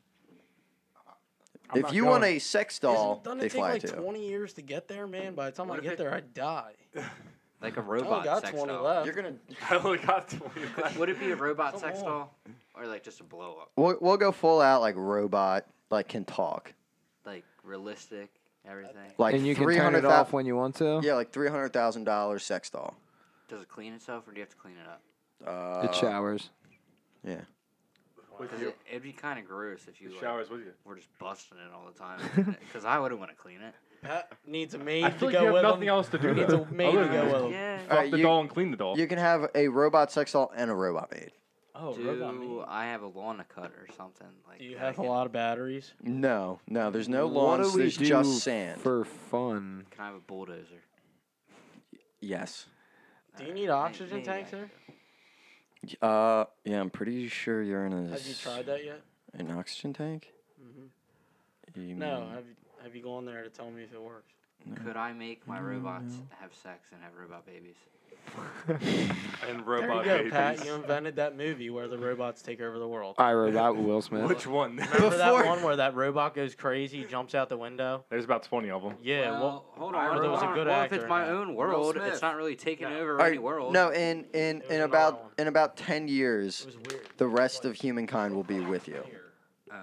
S5: I'm
S4: if
S5: not
S4: you want
S5: going.
S4: a sex
S6: Isn't-
S4: doll,
S6: doesn't
S4: they
S6: it take
S4: fly
S6: like
S4: it to you.
S6: 20 years to get there, man? By the time
S2: What
S6: I
S2: if
S6: get
S2: it-
S6: there, I die.
S2: Like
S4: Oh,
S2: a
S9: I
S2: robot
S9: only got
S2: sex
S9: 20
S2: doll.
S9: left.
S4: You're gonna.
S5: I only got 20 left.
S2: Would it be a robot
S9: Come
S2: sex
S9: on.
S2: doll? Or like just a blow up?
S4: We'll, we'll go full out like robot, like can talk,
S2: Like realistic, everything.
S4: like
S1: and you can
S4: three
S1: turn
S4: hundred
S1: it off
S4: thousand.
S1: when you want to.
S4: Yeah, like three hundred thousand dollars sex doll.
S2: Does it clean itself or do you have to clean it up?
S4: Uh,
S1: It showers.
S5: With
S2: Because
S5: you.
S2: it, it'd be kind of gross if you
S5: The
S2: like,
S5: showers with you.
S2: were just busting it all the time. Because I wouldn't want to clean it.
S9: Pat needs a maid
S5: I
S9: to
S5: feel like
S9: go
S5: you have
S9: with
S5: nothing
S9: him.
S5: else to do.
S9: Needs
S5: though.
S9: a maid
S5: Other
S9: to
S5: than
S9: go
S5: just
S9: with him.
S2: Yeah.
S4: All
S5: Fuck
S4: right,
S5: the
S4: you-
S5: doll and clean the doll.
S4: You can have a robot sex doll and a robot maid.
S6: Oh, robot
S2: Do
S6: maid.
S2: I have a lawn to cut or something? Like,
S6: Do you
S2: that
S6: have
S2: I
S6: a
S2: can-
S6: lot of batteries?
S4: No, no, there's no
S1: What do
S4: lawns.
S1: we
S4: There's
S1: do
S4: just sand.
S1: for fun.
S2: Can I have a bulldozer?
S4: yes.
S6: Do you
S2: Alright,
S6: need
S2: may-
S6: oxygen
S2: maybe
S6: tanks
S2: I
S6: there?
S4: Uh, yeah, I'm pretty sure urine is.
S6: Have you tried that yet?
S4: An oxygen tank?
S6: hmm
S4: You
S6: No.
S4: mean-
S6: Have you, have you gone there to tell me if it works?
S2: Could I make my robots have sex and have robot babies?
S5: And
S6: There you
S5: robot
S6: go,
S5: babies.
S6: Pat. You invented that movie where the robots take over the world.
S1: I robot Will Smith.
S5: Which one?
S6: Remember that
S4: Uh, Before-
S6: one where that robot goes crazy, jumps out the window?
S5: There's about 20 of them.
S6: Yeah. Well,
S2: hold
S6: on, there was a good
S2: well,
S6: actor
S2: if
S6: in
S2: it's my
S6: that.
S2: own world,
S1: Smith.
S2: it's not really taking
S6: No.
S2: over
S4: All
S2: any
S4: right,
S2: world.
S4: No, in in
S6: It was
S4: in
S6: another
S4: about
S6: one.
S4: in about ten years,
S6: it was weird.
S4: the rest of humankind will be with you.
S2: Oh,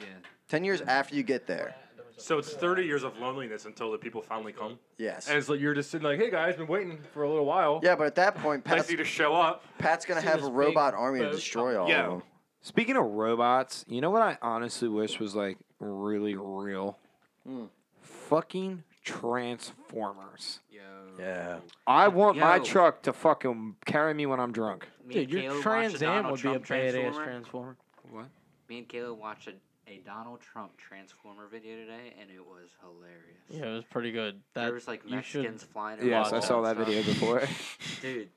S2: yeah.
S4: Ten years after you get there.
S5: So it's 30 years of loneliness until the people finally come.
S4: Yes.
S5: And it's like you're just sitting like, hey guys, been waiting for a little while.
S4: Yeah, but at that point,
S5: Nice
S4: Pat's,
S5: of you to show up.
S4: Pat's gonna
S6: See
S4: have
S6: this
S4: a
S6: big
S4: robot army to
S6: boat
S4: destroy all
S5: Yeah.
S4: of them.
S1: Speaking of robots, you know what I honestly wish was like really real?
S4: Hmm.
S1: Fucking Transformers.
S2: Yo.
S4: Yeah.
S1: I want my
S2: Yo.
S1: truck to fucking carry me when I'm drunk.
S2: Me
S6: Dude,
S2: and
S6: your
S2: Caleb
S6: Trans
S2: watched
S6: Am
S2: Donald
S6: would be a
S2: Trump
S6: badass
S2: Transformer.
S6: transformer.
S1: What?
S2: Me and Caleb watched a, a Donald Trump Transformer video today, and it was hilarious.
S6: Yeah, it was pretty good. That
S2: there was like
S6: you should-
S2: Mexicans flying. around
S1: Yes, I
S2: all
S1: saw
S2: the
S1: that
S2: time.
S1: video before.
S2: dude.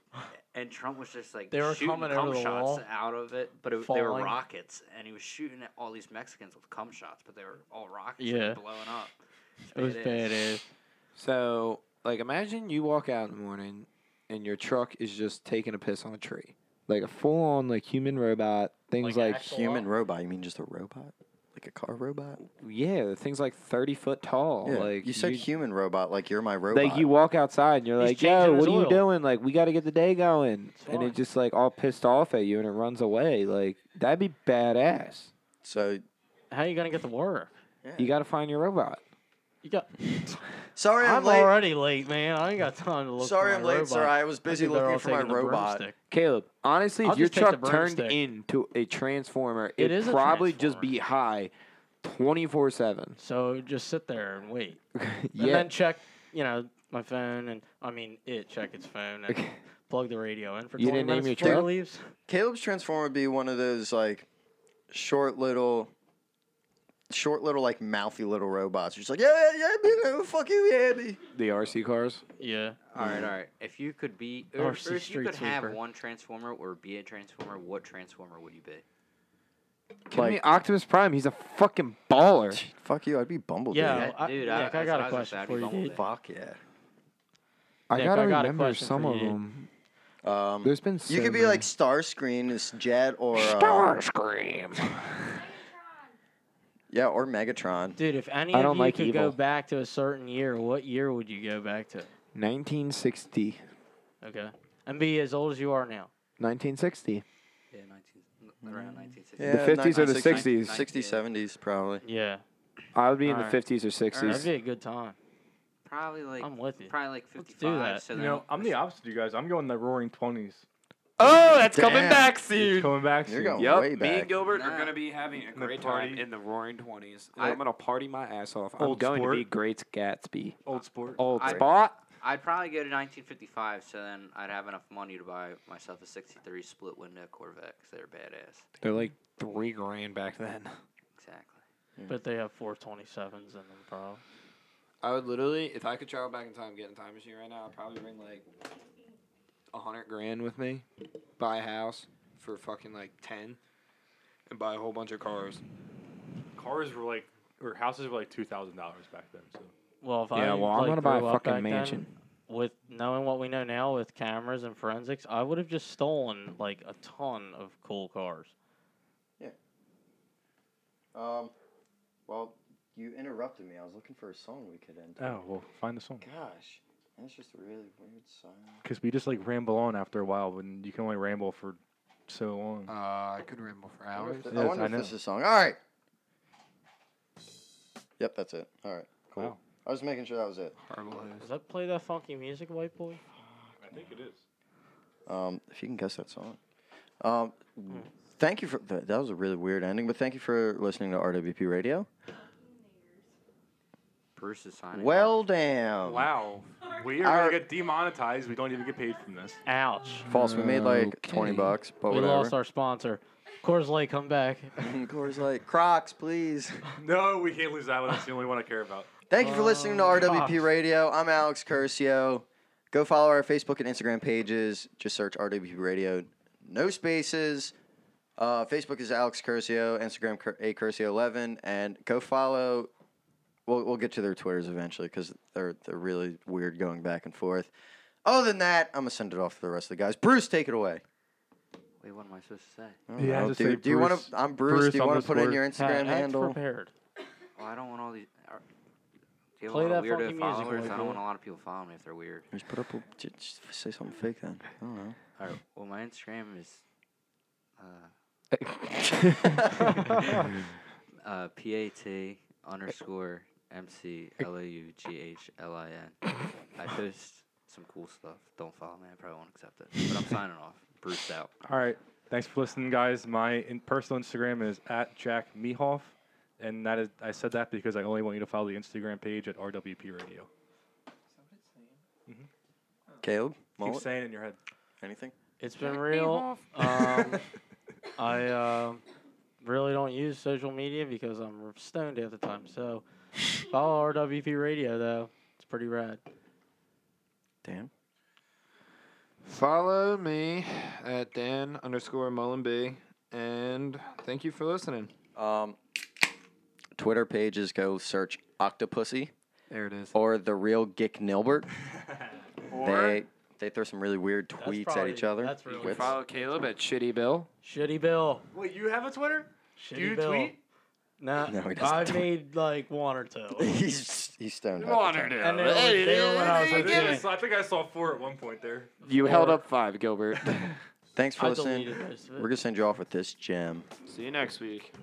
S2: And Trump was just like
S6: They were
S2: shooting
S6: coming
S2: cum
S6: over the
S2: shots
S6: wall,
S2: out of it, but it, they were
S6: falling.
S2: rockets, and he was shooting at all these Mexicans with cum shots, but they were all rockets, and
S6: Yeah.
S2: blowing up.
S6: it was
S2: badass.
S6: badass.
S1: so, like, imagine you walk out in the morning and your truck is just taking a piss on a tree. Like a full on, like, human robot. Things
S6: Like an
S1: like,
S6: actual-
S4: Human robot? You mean just a robot? Like a car robot?
S1: yeah, things like 30 foot tall.
S4: yeah.
S1: Like,
S4: you said
S1: you-
S4: human robot, like you're my robot.
S1: Like you walk outside and you're
S6: He's
S1: like,
S6: changing
S1: "Yo,
S6: his
S1: what are
S6: oil."
S1: you doing? Like, we got to get the day going."
S6: It's
S1: And
S6: fine.
S1: it just like all pissed off at you, and it runs away. Like that'd be badass.
S4: So
S6: How you gonna get to work?
S1: You got to find your robot.
S6: You got.
S4: sorry, I'm,
S6: I'm
S4: late.
S6: already late, man. I ain't got time to look.
S4: Sorry,
S6: for
S4: I'm
S6: my
S4: late,
S6: robot.
S4: sir. I was busy
S6: think they're
S4: looking
S6: all
S4: for my
S6: taking the
S4: robot.
S6: broomstick.
S1: Caleb, honestly,
S6: I'll
S1: if your
S6: just take the
S1: truck turned
S6: broomstick.
S1: into a transformer,
S6: It
S1: it'd
S6: is a
S1: probably just
S6: transformer.
S1: be high, twenty four seven.
S6: So just sit there and wait, and
S1: Yeah,
S6: then check. You know my phone, and I mean it. Check its phone and plug the radio in for
S1: You
S6: 20
S1: didn't name
S6: minutes
S1: your
S6: before it
S1: truck?
S6: leaves.
S4: Caleb's Transformer would be one of those like short little, short little like mouthy little robots. You're just like, yeah, yeah, yeah, fuck you, Andy.
S1: the RC cars.
S6: Yeah.
S2: All right, all right. If you could be,
S6: Or
S2: or, or
S6: see
S2: if you
S6: Street
S2: could have
S6: Sweeper.
S2: one transformer or be a transformer, what transformer would you be?
S1: Give me
S4: Like-
S1: Optimus Prime. He's a fucking baller.
S4: Fuck you, I'd be Bumblebee.
S6: Yeah,
S2: That-
S6: Oh, I,
S2: dude, I-
S6: Nick, I,
S2: that's
S6: got
S2: what I
S6: a
S2: was
S6: question
S2: about
S6: for
S2: to
S6: you,
S2: be
S6: dude.
S4: Fuck yeah.
S1: I
S6: Nick,
S1: gotta
S6: I got a
S1: remember
S6: question for
S1: some of
S6: you, dude.
S1: them.
S4: Um,
S1: There's been so
S4: you could be
S1: many.
S4: like Starscream, this Jet, or uh,
S1: Starscream.
S4: yeah, or Megatron.
S6: Dude, if any
S1: I
S6: of
S1: don't
S6: you
S1: like
S6: could go
S1: evil.
S6: back to a certain year, what year would you go back to?
S1: 1960.
S6: Okay. And be as old as you are now.
S1: 1960.
S2: Yeah, 19,
S6: Mm.
S2: around 1960.
S4: Yeah,
S1: 50s or the
S4: 1960s,
S2: 60s.
S4: 60s, 70s, probably.
S6: Yeah.
S1: I would be in the
S6: Alright.
S1: 50s or
S6: That'd
S1: 60s.
S6: be a good time.
S2: Probably like
S6: I'm with you.
S2: probably like 55.
S6: Let's do that.
S2: So
S5: You
S2: then
S5: know, I'm the opposite of you guys. I'm going the roaring 20s.
S1: Oh, that's
S4: Damn.
S5: It's coming back
S4: You're
S5: soon.
S4: going
S1: Yep,
S4: way
S1: me and
S4: back.
S1: Gilbert
S2: Nah.
S1: are gonna be having a
S5: the
S1: great time
S5: party.
S1: in the Roaring Twenties.
S2: I-
S1: I'm gonna party my ass off. I'm
S5: Old
S1: going
S5: sport.
S1: to be Great Gatsby.
S5: Old sport.
S1: Old
S2: I-
S1: spot.
S2: I'd probably go to 1955. So then I'd have enough money to buy myself a 63 split window Corvette because they're badass.
S1: They're like three grand back then.
S2: Exactly.
S6: But they have 427s in them, bro.
S1: I would literally, if I could travel back in time, get in a time machine right now, I'd probably bring like a hundred grand with me, buy a house for fucking like ten, and buy a whole bunch of cars.
S5: Cars were like, or houses were like $2,000 back then. So.
S6: Well, if I
S1: Yeah, well, I'm
S6: like,
S1: gonna buy a
S6: grew up
S1: fucking
S6: back then,
S1: mansion.
S6: with knowing what we know now with cameras and forensics, I would have just stolen like a ton of cool cars.
S4: Um,
S5: Uh,
S4: well, you interrupted me. I was looking for a song we could end.
S5: Oh, well, find the song.
S4: Gosh. It's just a really weird silence.
S5: Because we just like ramble on after a while, and you can only ramble for so long.
S1: Uh, I could ramble for
S4: I wonder
S1: hours.
S4: if, th- I
S5: Yes,
S4: wonder
S5: I
S4: if this is
S5: know.
S4: a song. All right. Yep, that's it. All right. Cool.
S5: Wow.
S4: I was making sure that was it.
S1: Horrible host.
S6: Does that play that funky music, white boy?
S5: I think it is.
S4: Um, if you can guess that song. Um, thank you for th- that was a really weird ending, but thank you for listening to RWP Radio.
S2: Bruce is signing.
S4: Well,
S5: Um,
S4: damn.
S5: Wow. We are
S4: Our-
S5: gonna get demonetized. We don't even get paid from this.
S6: Ouch.
S4: False. We made like twenty
S1: Okay.
S4: bucks, but
S6: we
S4: whatever.
S6: lost our sponsor. Coors Light, come back.
S4: Coors Light, Crocs, please.
S5: No, we can't lose that one. That's the only one I care about.
S4: Thank you for listening to
S5: Oh,
S6: Um,
S4: RWP
S6: Crocs.
S4: Radio. I'm Alex Curcio. Go follow our Facebook and Instagram pages. Just search RWP Radio. No spaces. Uh, Facebook is Alex Curcio. Instagram Cur- a Curcio11, and go follow. We'll, we'll get to their Twitters eventually because they're they're really weird going back and forth. Other than that, I'm gonna send it off to the rest of the guys. Bruce, take it away.
S2: Wait, what am I supposed to say?
S4: I don't
S5: Yeah,
S4: know,
S5: just
S4: dude.
S5: say
S4: do you want
S5: Bruce-
S4: to? I'm Bruce.
S5: Bruce
S4: do you want to put in
S5: underscore-
S4: your Instagram
S6: Ha- act
S4: handle?
S6: prepared.
S2: Well, Oh, I don't want all these. Are, do you have
S6: Play
S2: a lot
S6: that
S2: of weirdo
S6: funky music,
S2: followers? I
S6: Michael.
S2: don't want a lot of people following me if they're weird.
S4: Just put up. A, ju- just say something fake then. I don't know.
S2: All right. Well, my Instagram is uh, uh, pat underscore mc l a u g h l i n. I post some cool stuff. Don't follow me. I probably won't accept it. But I'm signing off. Bruce out.
S5: All right. Thanks for listening, guys. My in- personal Instagram is at Jack Mehoff, and that is I said that because I only want you to follow the Instagram page at RWP Radio.
S4: Caleb,
S5: Keep
S4: Mullet,
S5: saying it in your head.
S4: anything?
S6: It's been real. Um, I uh, really don't use social media because I'm stoned at the time. So follow RWP Radio though. It's pretty rad.
S4: Dan,
S1: Follow me at Dan underscore Mullenby, and thank you for listening.
S4: um, Twitter pages go search Octopussy
S1: There it is.
S4: or the real Gick Nilbert.
S5: Or
S4: They they throw some really weird tweets at
S6: probably-
S4: each other.
S6: that's really
S1: You can
S4: Wits.
S1: follow Caleb at Shitty Bill.
S6: Shitty Bill.
S5: wait, you have a Twitter?
S6: Shitty
S5: you
S6: Bill.
S5: tweet?
S6: Nah,
S4: No, he doesn't
S6: I've
S4: tweet.
S6: made like one or two.
S4: he's he's stoned. half the time.
S6: And they were there when I was
S5: I
S6: with
S5: think, I
S6: Jimmy.
S5: saw, I think I saw four at one point there.
S1: You held up five, Gilbert.
S4: Thanks for
S6: I
S4: listening.
S6: deleted most of it.
S4: We're gonna send you off with this gem.
S1: See you next week.